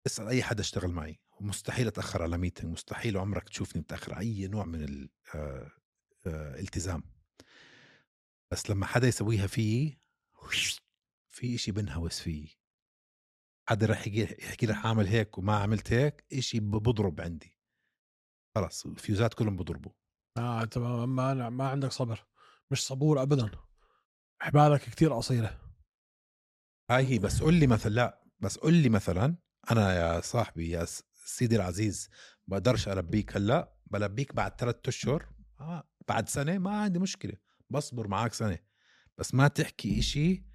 [SPEAKER 1] اسال اي حدا اشتغل معي مستحيل اتاخر على ميتنج مستحيل عمرك تشوفني متاخر على اي نوع من ال- آه، آه، التزام بس لما حدا يسويها فيي في اشي بنهوس فيي حدا رح يجي- يحكي رح اعمل هيك وما عملت هيك اشي ب- بضرب عندي خلص الفيوزات كلهم بضربوا
[SPEAKER 2] آه انت ما, ما, ما عندك صبر مش صبور ابدا حبالك كثير قصيره
[SPEAKER 1] هاي هي بس قول لي مثلا لا بس قول لي مثلا انا يا صاحبي يا س- سيدي العزيز بقدرش البيك هلا بلبيك بعد ثلاثة اشهر آه، بعد سنه ما عندي مشكله بصبر معك سنه بس ما تحكي اشي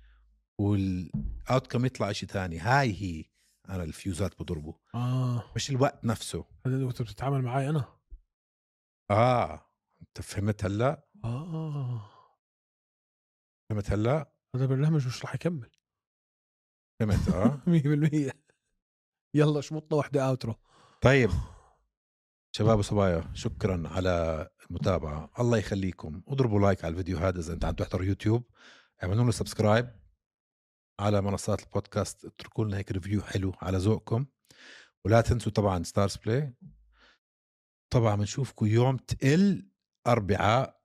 [SPEAKER 1] والاوتكم يطلع اشي تاني هاي هي انا الفيوزات بضربه
[SPEAKER 2] اه
[SPEAKER 1] مش الوقت نفسه
[SPEAKER 2] هذا اللي كنت بتتعامل معي انا
[SPEAKER 1] اه انت فهمت هلا
[SPEAKER 2] اه
[SPEAKER 1] فهمت هلا
[SPEAKER 2] هذا برنامج مش رح يكمل
[SPEAKER 1] فهمت اه
[SPEAKER 2] 100% يلا شمطنا واحده اوترو
[SPEAKER 1] طيب شباب وصبايا شكرا على المتابعة الله يخليكم اضربوا لايك على الفيديو هذا إذا أنت عم تحضر يوتيوب اعملوا له سبسكرايب على منصات البودكاست اتركوا لنا هيك ريفيو حلو على ذوقكم ولا تنسوا طبعا ستارز بلاي طبعا بنشوفكم يوم تقل أربعاء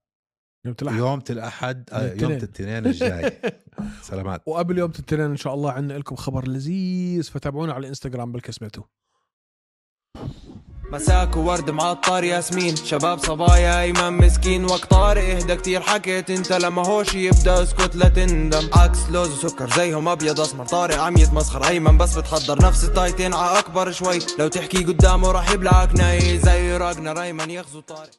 [SPEAKER 2] يوم تلحق
[SPEAKER 1] يوم تل أحد آه، يوم
[SPEAKER 2] الاثنين.
[SPEAKER 1] الاثنين الجاي سلامات
[SPEAKER 2] وقبل يوم تنتين ان شاء الله عندنا لكم خبر لذيذ فتابعونا على الانستغرام بالكسمته
[SPEAKER 3] مساك وورد معطر ياسمين شباب صبايا ايمن مسكين وقت طارق اهدى كتير حكيت انت لما هوش يبدا اسكت لا تندم عكس لوز وسكر زيهم ابيض اسمر طارق عم يتمسخر ايمن بس بتحضر نفس التايتين ع اكبر شوي لو تحكي قدامه راح يبلعك ناي زي راجنا ريمان يغزو طارق